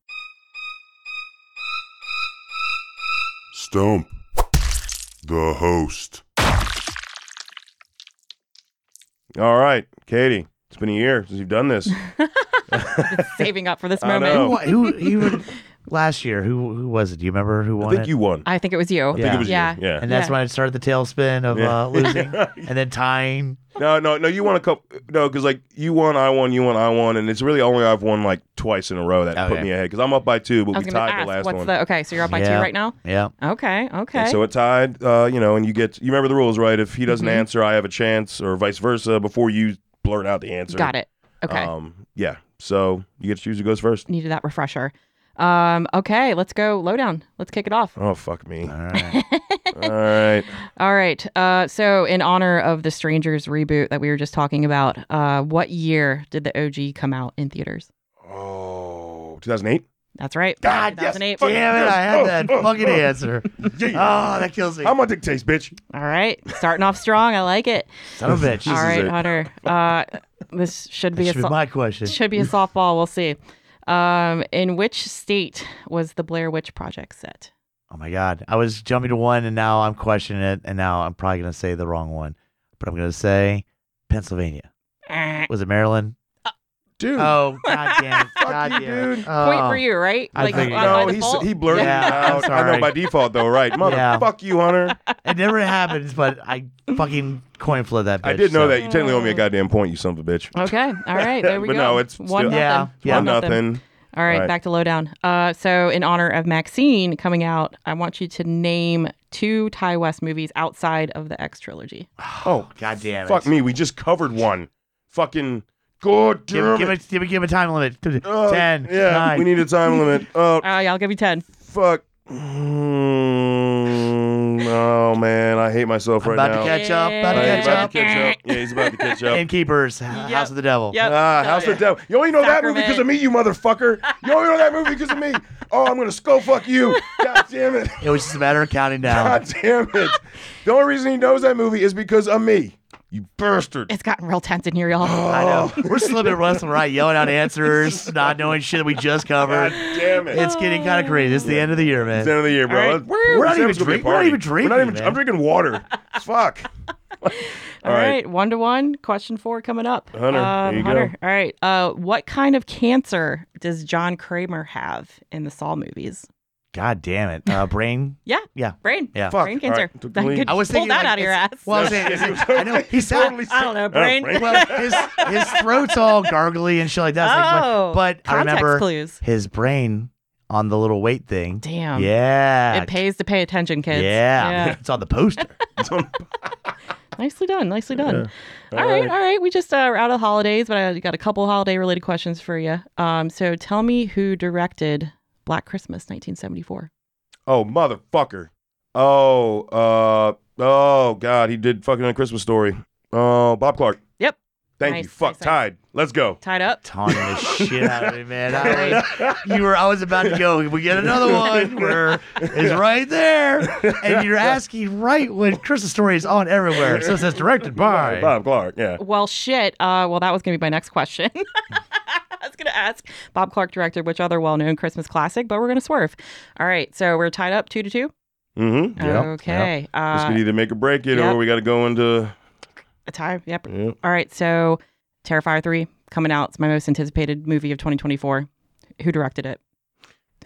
Stump the host. all right, Katie. It's been a year since you've done this. saving up for this I moment. know. Who, who even last year? Who who was it? Do you remember who I won think it? you won. I think it was you. I think it was yeah. you. Yeah. and that's Yeah. when I started the tailspin of Yeah. uh, losing and then tying. No, no, no. You won a couple. No, because like you won, I won, you won, I won, and it's really only I've won like twice in a row that Oh, put yeah. me ahead because I'm up by two, but I we was gonna tied ask the last what's one. the okay, so you're up by Yeah. two right now? Yeah. Okay, okay. And so it tied, uh, you know, and you get. You remember the rules, right? If he doesn't Mm-hmm. answer, I have a chance, or vice versa. Before you blurt out the answer, Got it. Okay. Um, yeah. So you get to choose who goes first. Needed that refresher. Um, okay, let's go lowdown. Let's kick it off. Oh fuck me! All right. All right. All right. Uh, so, in honor of the Strangers reboot that we were just talking about, uh, what year did the OG come out in theaters? Oh, 2008. That's right. God, yes. 2008. Fuck. Damn it! I Oh, had that oh, fucking oh. answer. Oh, that kills me. I'm a dictates, bitch. All right. Starting off strong. I like it. Son of a bitch. This All is right, it. Hunter. Uh, this should That be should a be so- my question. should be a softball. We'll see. Um, in which state was the Blair Witch Project set? Oh my god. I was jumping to one and now I'm questioning it and now I'm probably gonna say the wrong one. But I'm gonna say Pennsylvania. Point Was it Maryland? Dude. Oh god damn it. God you, damn it. dude. Oh. for you, right? I think- by- by no, he's, default? he blurted Yeah, it I'm out. I sorry. know by default though, right? Mother, Yeah. fuck you, Hunter. It never happens, but I fucking coin flip that bitch. I did know so- that. You technically owe me a goddamn point, you son of a bitch. Okay. All right. There we But go. no, it's one still- nothing. Yeah, yeah. One One nothing. All right, All right. back to lowdown. Uh, so in honor of Maxine coming out, I want you to name two Ty West movies outside of the X trilogy. Uh, Oh, God damn it. fuck me. We just covered one. Fucking god damn Give, give, it. it, give, it, give it time limit. Ten. Oh, Yeah, nine. we need a time limit. Oh Uh, yeah, I'll give you ten. fuck. Mm, oh man, I hate myself I'm right about now. to catch up. About to Right, catch he's about up. to catch up. Yeah, he's about to catch up. Innkeepers, House of the Devil. Yep. Ah, House of the Devil. You only know that movie Oh, Sacrament. because of me, you motherfucker. You only know that movie because of me. Oh, I'm gonna skull fuck you. God damn it. It was just a matter of counting down. God damn it. the only reason he knows that movie is because of me. You bastard. It's gotten real tense in here, y'all. I know. oh. We're slipping left and right, yelling out answers, not knowing shit we just God covered. damn it. It's getting kind Oh. of crazy. It's the end of the year, It's the man. end of the year, bro. All right. Let's- We're Sam's not even gonna be drink- we're not even partying. We're not drinking, even- man. I'm drinking water. Fuck. All right, one to one. Question four coming up. Hunter, there Um, you go. Hunter. All right. Uh, what kind of cancer does John Kramer have in the Saw movies? God damn it. Uh, brain. Yeah. Yeah. Brain. Yeah. Fuck. Brain All right, cancer. took the lead. Good- I was pull thinking that like, out of your it's- ass. Well, I'm saying, Yes, it's- you I know he sounds. I don't know. Oh, Brain. Well, his his throat's all gargly and shit like that. It's like, Oh, but but I Context remember clues. his brain on the little weight thing. Damn. Yeah. It pays to pay attention, kids. Yeah. yeah. It's on the poster. Nicely done. Nicely done. Yeah. All All right, right. All right. We just uh, are out of the holidays, but I got a couple holiday related questions for you. Um, so tell me who directed Black Christmas 1974. Oh, motherfucker. Oh, uh, oh, God. He did fucking a Christmas story. Oh, Bob Clark. Yep. Thank Nice, you. Fuck. nice, nice. Tied. Let's go. Tied up. Taunting the shit out of me, man. I was, you were I was about to go, we get another one where it's right there. And you're asking right when Christmas story is on everywhere. So it says directed by Bob Clark. Yeah. Well, shit. Uh, well, that was going to be my next question. I was going to ask Bob Clark directed which other well known Christmas classic, but we're going to swerve. All right. So we're tied up two to two. Mm-hmm. Okay. This Uh, could either make or break it, yep. or we got to go into. a tie. Yep. Yep. All right. So Terrifier 3 coming out. It's my most anticipated movie of 2024. Who directed it?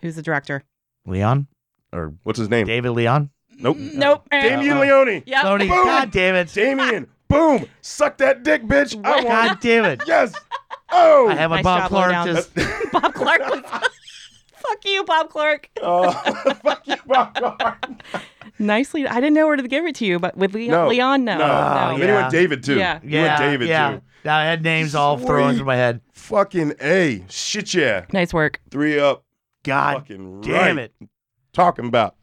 Who's the director? Leon Or what's his name? David Leon Nope. Nope. Damien Leone. Yep. Tony. Boom. God damn it! Damien. Boom. Suck that dick, bitch. I want. God damn it! Yes. Oh. I have my Nice Bob job, Clark Lowdown. just Bob Clark was. Fuck you, Bob Clark. Oh, fuck you, Bob Clark. Nicely. I didn't know where to give it to you, but with Leon, No. Leon no. No. Oh, And no. then he yeah. went David too. Yeah. He yeah went David yeah. too. Now I had names all thrown Sweet. through my head. Fucking a. Shit yeah. Nice work. Three up. God fucking damn right. it! Talking about.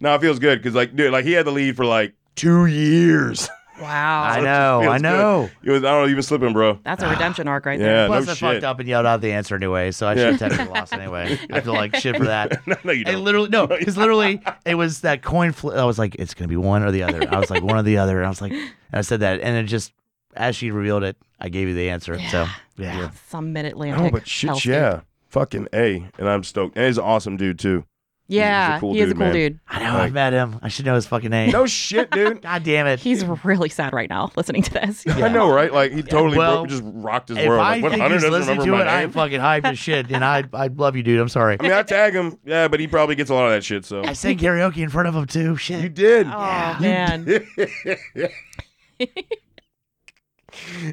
No, it feels good because like dude, like he had the lead for like two years. Wow. I know, feels I know. It was I don't know, even slipping, bro. That's a redemption arc right Yeah, Plus, no I shit. fucked up and yelled out the answer anyway, so I Yeah. should have technically lost anyway. I feel like shit for that. no, no, you I don't. literally no, because literally it was that coin flip. I was like, it's gonna be one or the other. I was like, one or the other. And I was like, and I said that, and it just as she revealed it, I gave you the answer. So there. yeah, Some mid Atlantic. Oh, but shit, yeah. Fucking A. And I'm stoked. And he's an awesome dude, too. Yeah. He's a cool he is a dude, cool man. dude. I know I've met him. I should know his fucking name. No shit, dude. God damn it. He's really sad right now listening to this. I know, right? Like, he totally Well, broke, just rocked his if world. I Like, what, think Hunter he's doesn't listening remember to my it, I'm name? fucking hype as shit, and I I love you, dude. I'm sorry. I mean, I tag him. Yeah, but he probably gets a lot of that shit, so. I sang karaoke in front of him too. Shit. You did. Oh, man.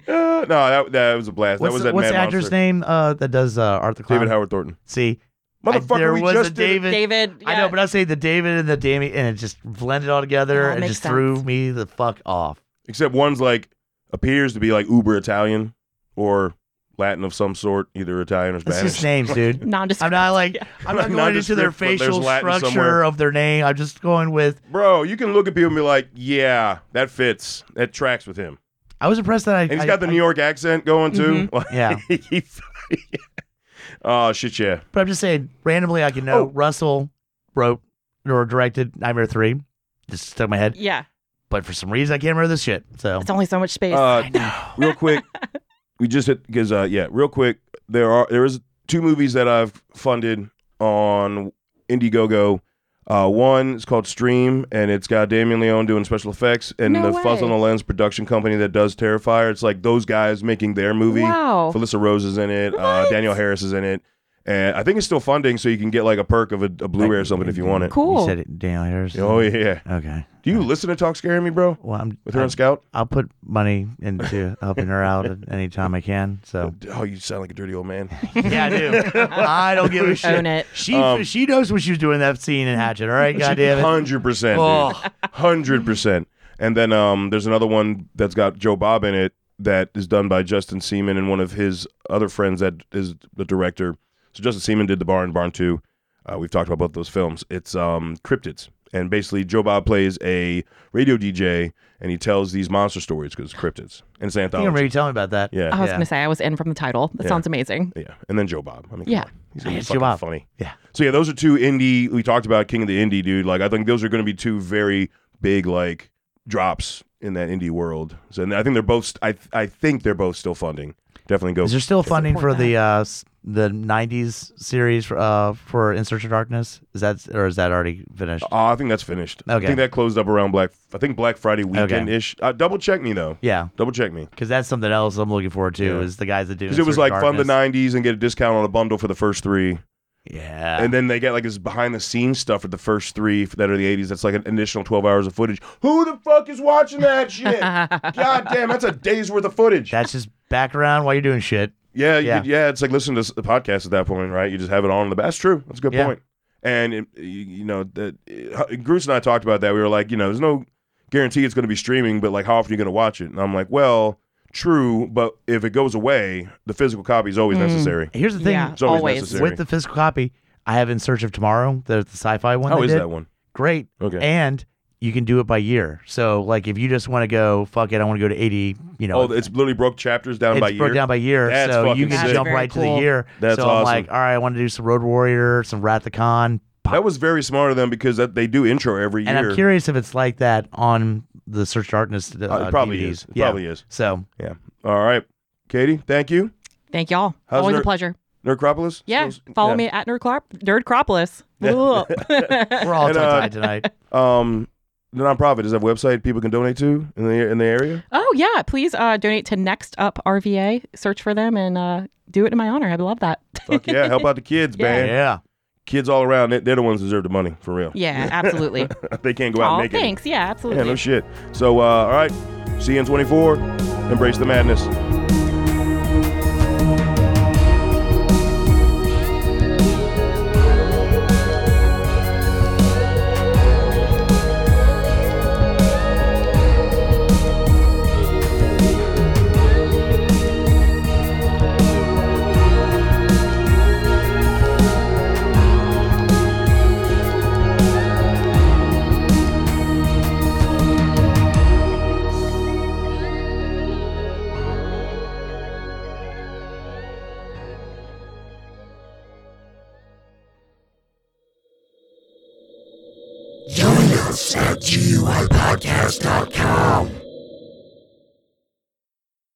Uh, no, that, that was a blast. what's that was the, that what's man the actor's monster. name uh, that does uh, Arthur Clown? David Howard Thornton. See, I- Motherfucker, there we was just a did it. David. David. I know, but I say the David and the Damien, and it just blended all together Oh, and makes just threw sense. me the fuck off. Except one's like appears to be like uber Italian or Latin of some sort, either Italian or That's Spanish. just names, dude. non I'm not like I'm not going into their Nondescript, but there's facial Latin structure somewhere. of their name. I'm just going with. Bro, you can look at people and be like, yeah, that fits. That tracks with him. I was impressed that I. And he's I- got the I- Mm-hmm. New York accent going too. Yeah. Like, he- oh, shit, yeah. But I'm just saying, randomly, I can know Oh. Russell wrote or directed Nightmare Three. Just stuck in my head, Yeah. but for some reason I can't remember this shit. So It's only so much space. Uh, real quick, we just hit because uh, yeah, real quick, there are there is two movies that I've funded on Indiegogo. Uh, one is called Stream, and it's got Damien Leone doing special effects, and No the Fuzz way. on the Lens production company that does Terrifier. It's like those guys making their movie. Wow. Felissa Rose is in it. Uh, What? Daniel Harris is in it, and I think it's still funding, so you can get like a perk of a, a Blu-ray or something if you want it. You cool. said it, Daniel Harris. Oh yeah. Okay. Do you listen to Talk Scary Me, bro? Well, I'm. With her I'm- and Scout? I'll put money into helping her out at any time I can. So Oh, you sound like a dirty old man. yeah, I do. I don't give a shit. Own it. She Um, she knows when she was doing that scene in Hatchet. All right, goddamn it. Hundred percent, Oh. hundred percent. And then um, there's another one that's got Joe Bob in it that is done by Justin Seaman and one of his other friends that is the director. So Justin Seaman did the Barn Barn Two. Uh, we've talked about both those films. It's um, cryptids, and basically Joe Bob plays a radio DJ and he tells these monster stories because cryptids and it's an I think I'm anthology. ready to tell me about that. Yeah, I Yeah. was going to say, I was in from the title. That Yeah. sounds amazing. yeah, and then Joe Bob. I mean, come Yeah. on. he's gonna be It's Joe fucking Bob. funny. Yeah. So yeah, those are two indie. We talked about King of the Indie, dude. Like I think those are going to be two very big like drops in that indie world. So and I think they're both. I I think they're both still funding. Definitely go. Is there still funding for support the uh, s- the '90s series for, uh, for In Search of Darkness? Is that or is that already finished? Ah, I think that's finished. I Okay. think that closed up around Black. I think Black Friday weekend ish. Uh, double check me though. yeah, Double check me because that's something else I'm looking forward to. Yeah. Is the guys that do because In it was Search of like fund the Darkness. '90s and get a discount on a bundle for the first three, Yeah, and then they get like this behind the scenes stuff for the first three that are the '80s. That's like an additional 12 hours of footage. Who the fuck is watching that shit? God damn, that's a day's worth of footage. that's just background while you're doing shit. Yeah, you Yeah. could- yeah. It's like listen to s- the podcast at that point, right? You just have it on in the back. That's true. That's a good Yeah. point. And it, you, you know, that Groose and I talked about that. We were like, you know, there's no guarantee it's going to be streaming, but like, how often are you going to watch it? And I'm like, well, true, but if it goes away, the physical copy is Hmm. always Mm. necessary. Here's the thing yeah. It's always, Always. necessary. with the physical copy. I have In Search of Tomorrow, the, the sci-fi one. how they Oh, is did. that one? Great. Okay. and you can do it by year. So like if you just want to go, fuck it, I want to go to eighty. You know, oh, it's literally broke chapters down it's by broke year. down by year, That's so you fucking can sick. jump That's right very to cool. the year. That's so awesome. I'm like, all right, I want to do some Road Warrior, some Wrath of Khan, pop. that was very smart of them because that they do intro every year. and I'm curious if it's like that on the Search Darkness. Uh, Uh, it probably DVDs. is. It yeah. probably is. So All right, Katie, thank you. Thank y'all. How's Always ner- a pleasure. Nerdcropolis? Yeah. Still- Follow yeah. me at Nerdclop, Nerdcropolis. Ugh. We're all And, uh, tongue-tied tonight. Um, the nonprofit does that have a website people can donate to in the in the area. oh yeah, please uh, donate to Next Up RVA. Search for them and uh, do it in my honor. I would love that. Fuck yeah, help out the kids, Yeah. man. Yeah. Kids all around, they- they're the ones who deserve the money for real. yeah, absolutely. they can't go out Oh, naked. thanks. Yeah, absolutely. Yeah, no shit. So, uh, all right, see you in 24. Embrace the madness. Join us at GUIPodcast.com.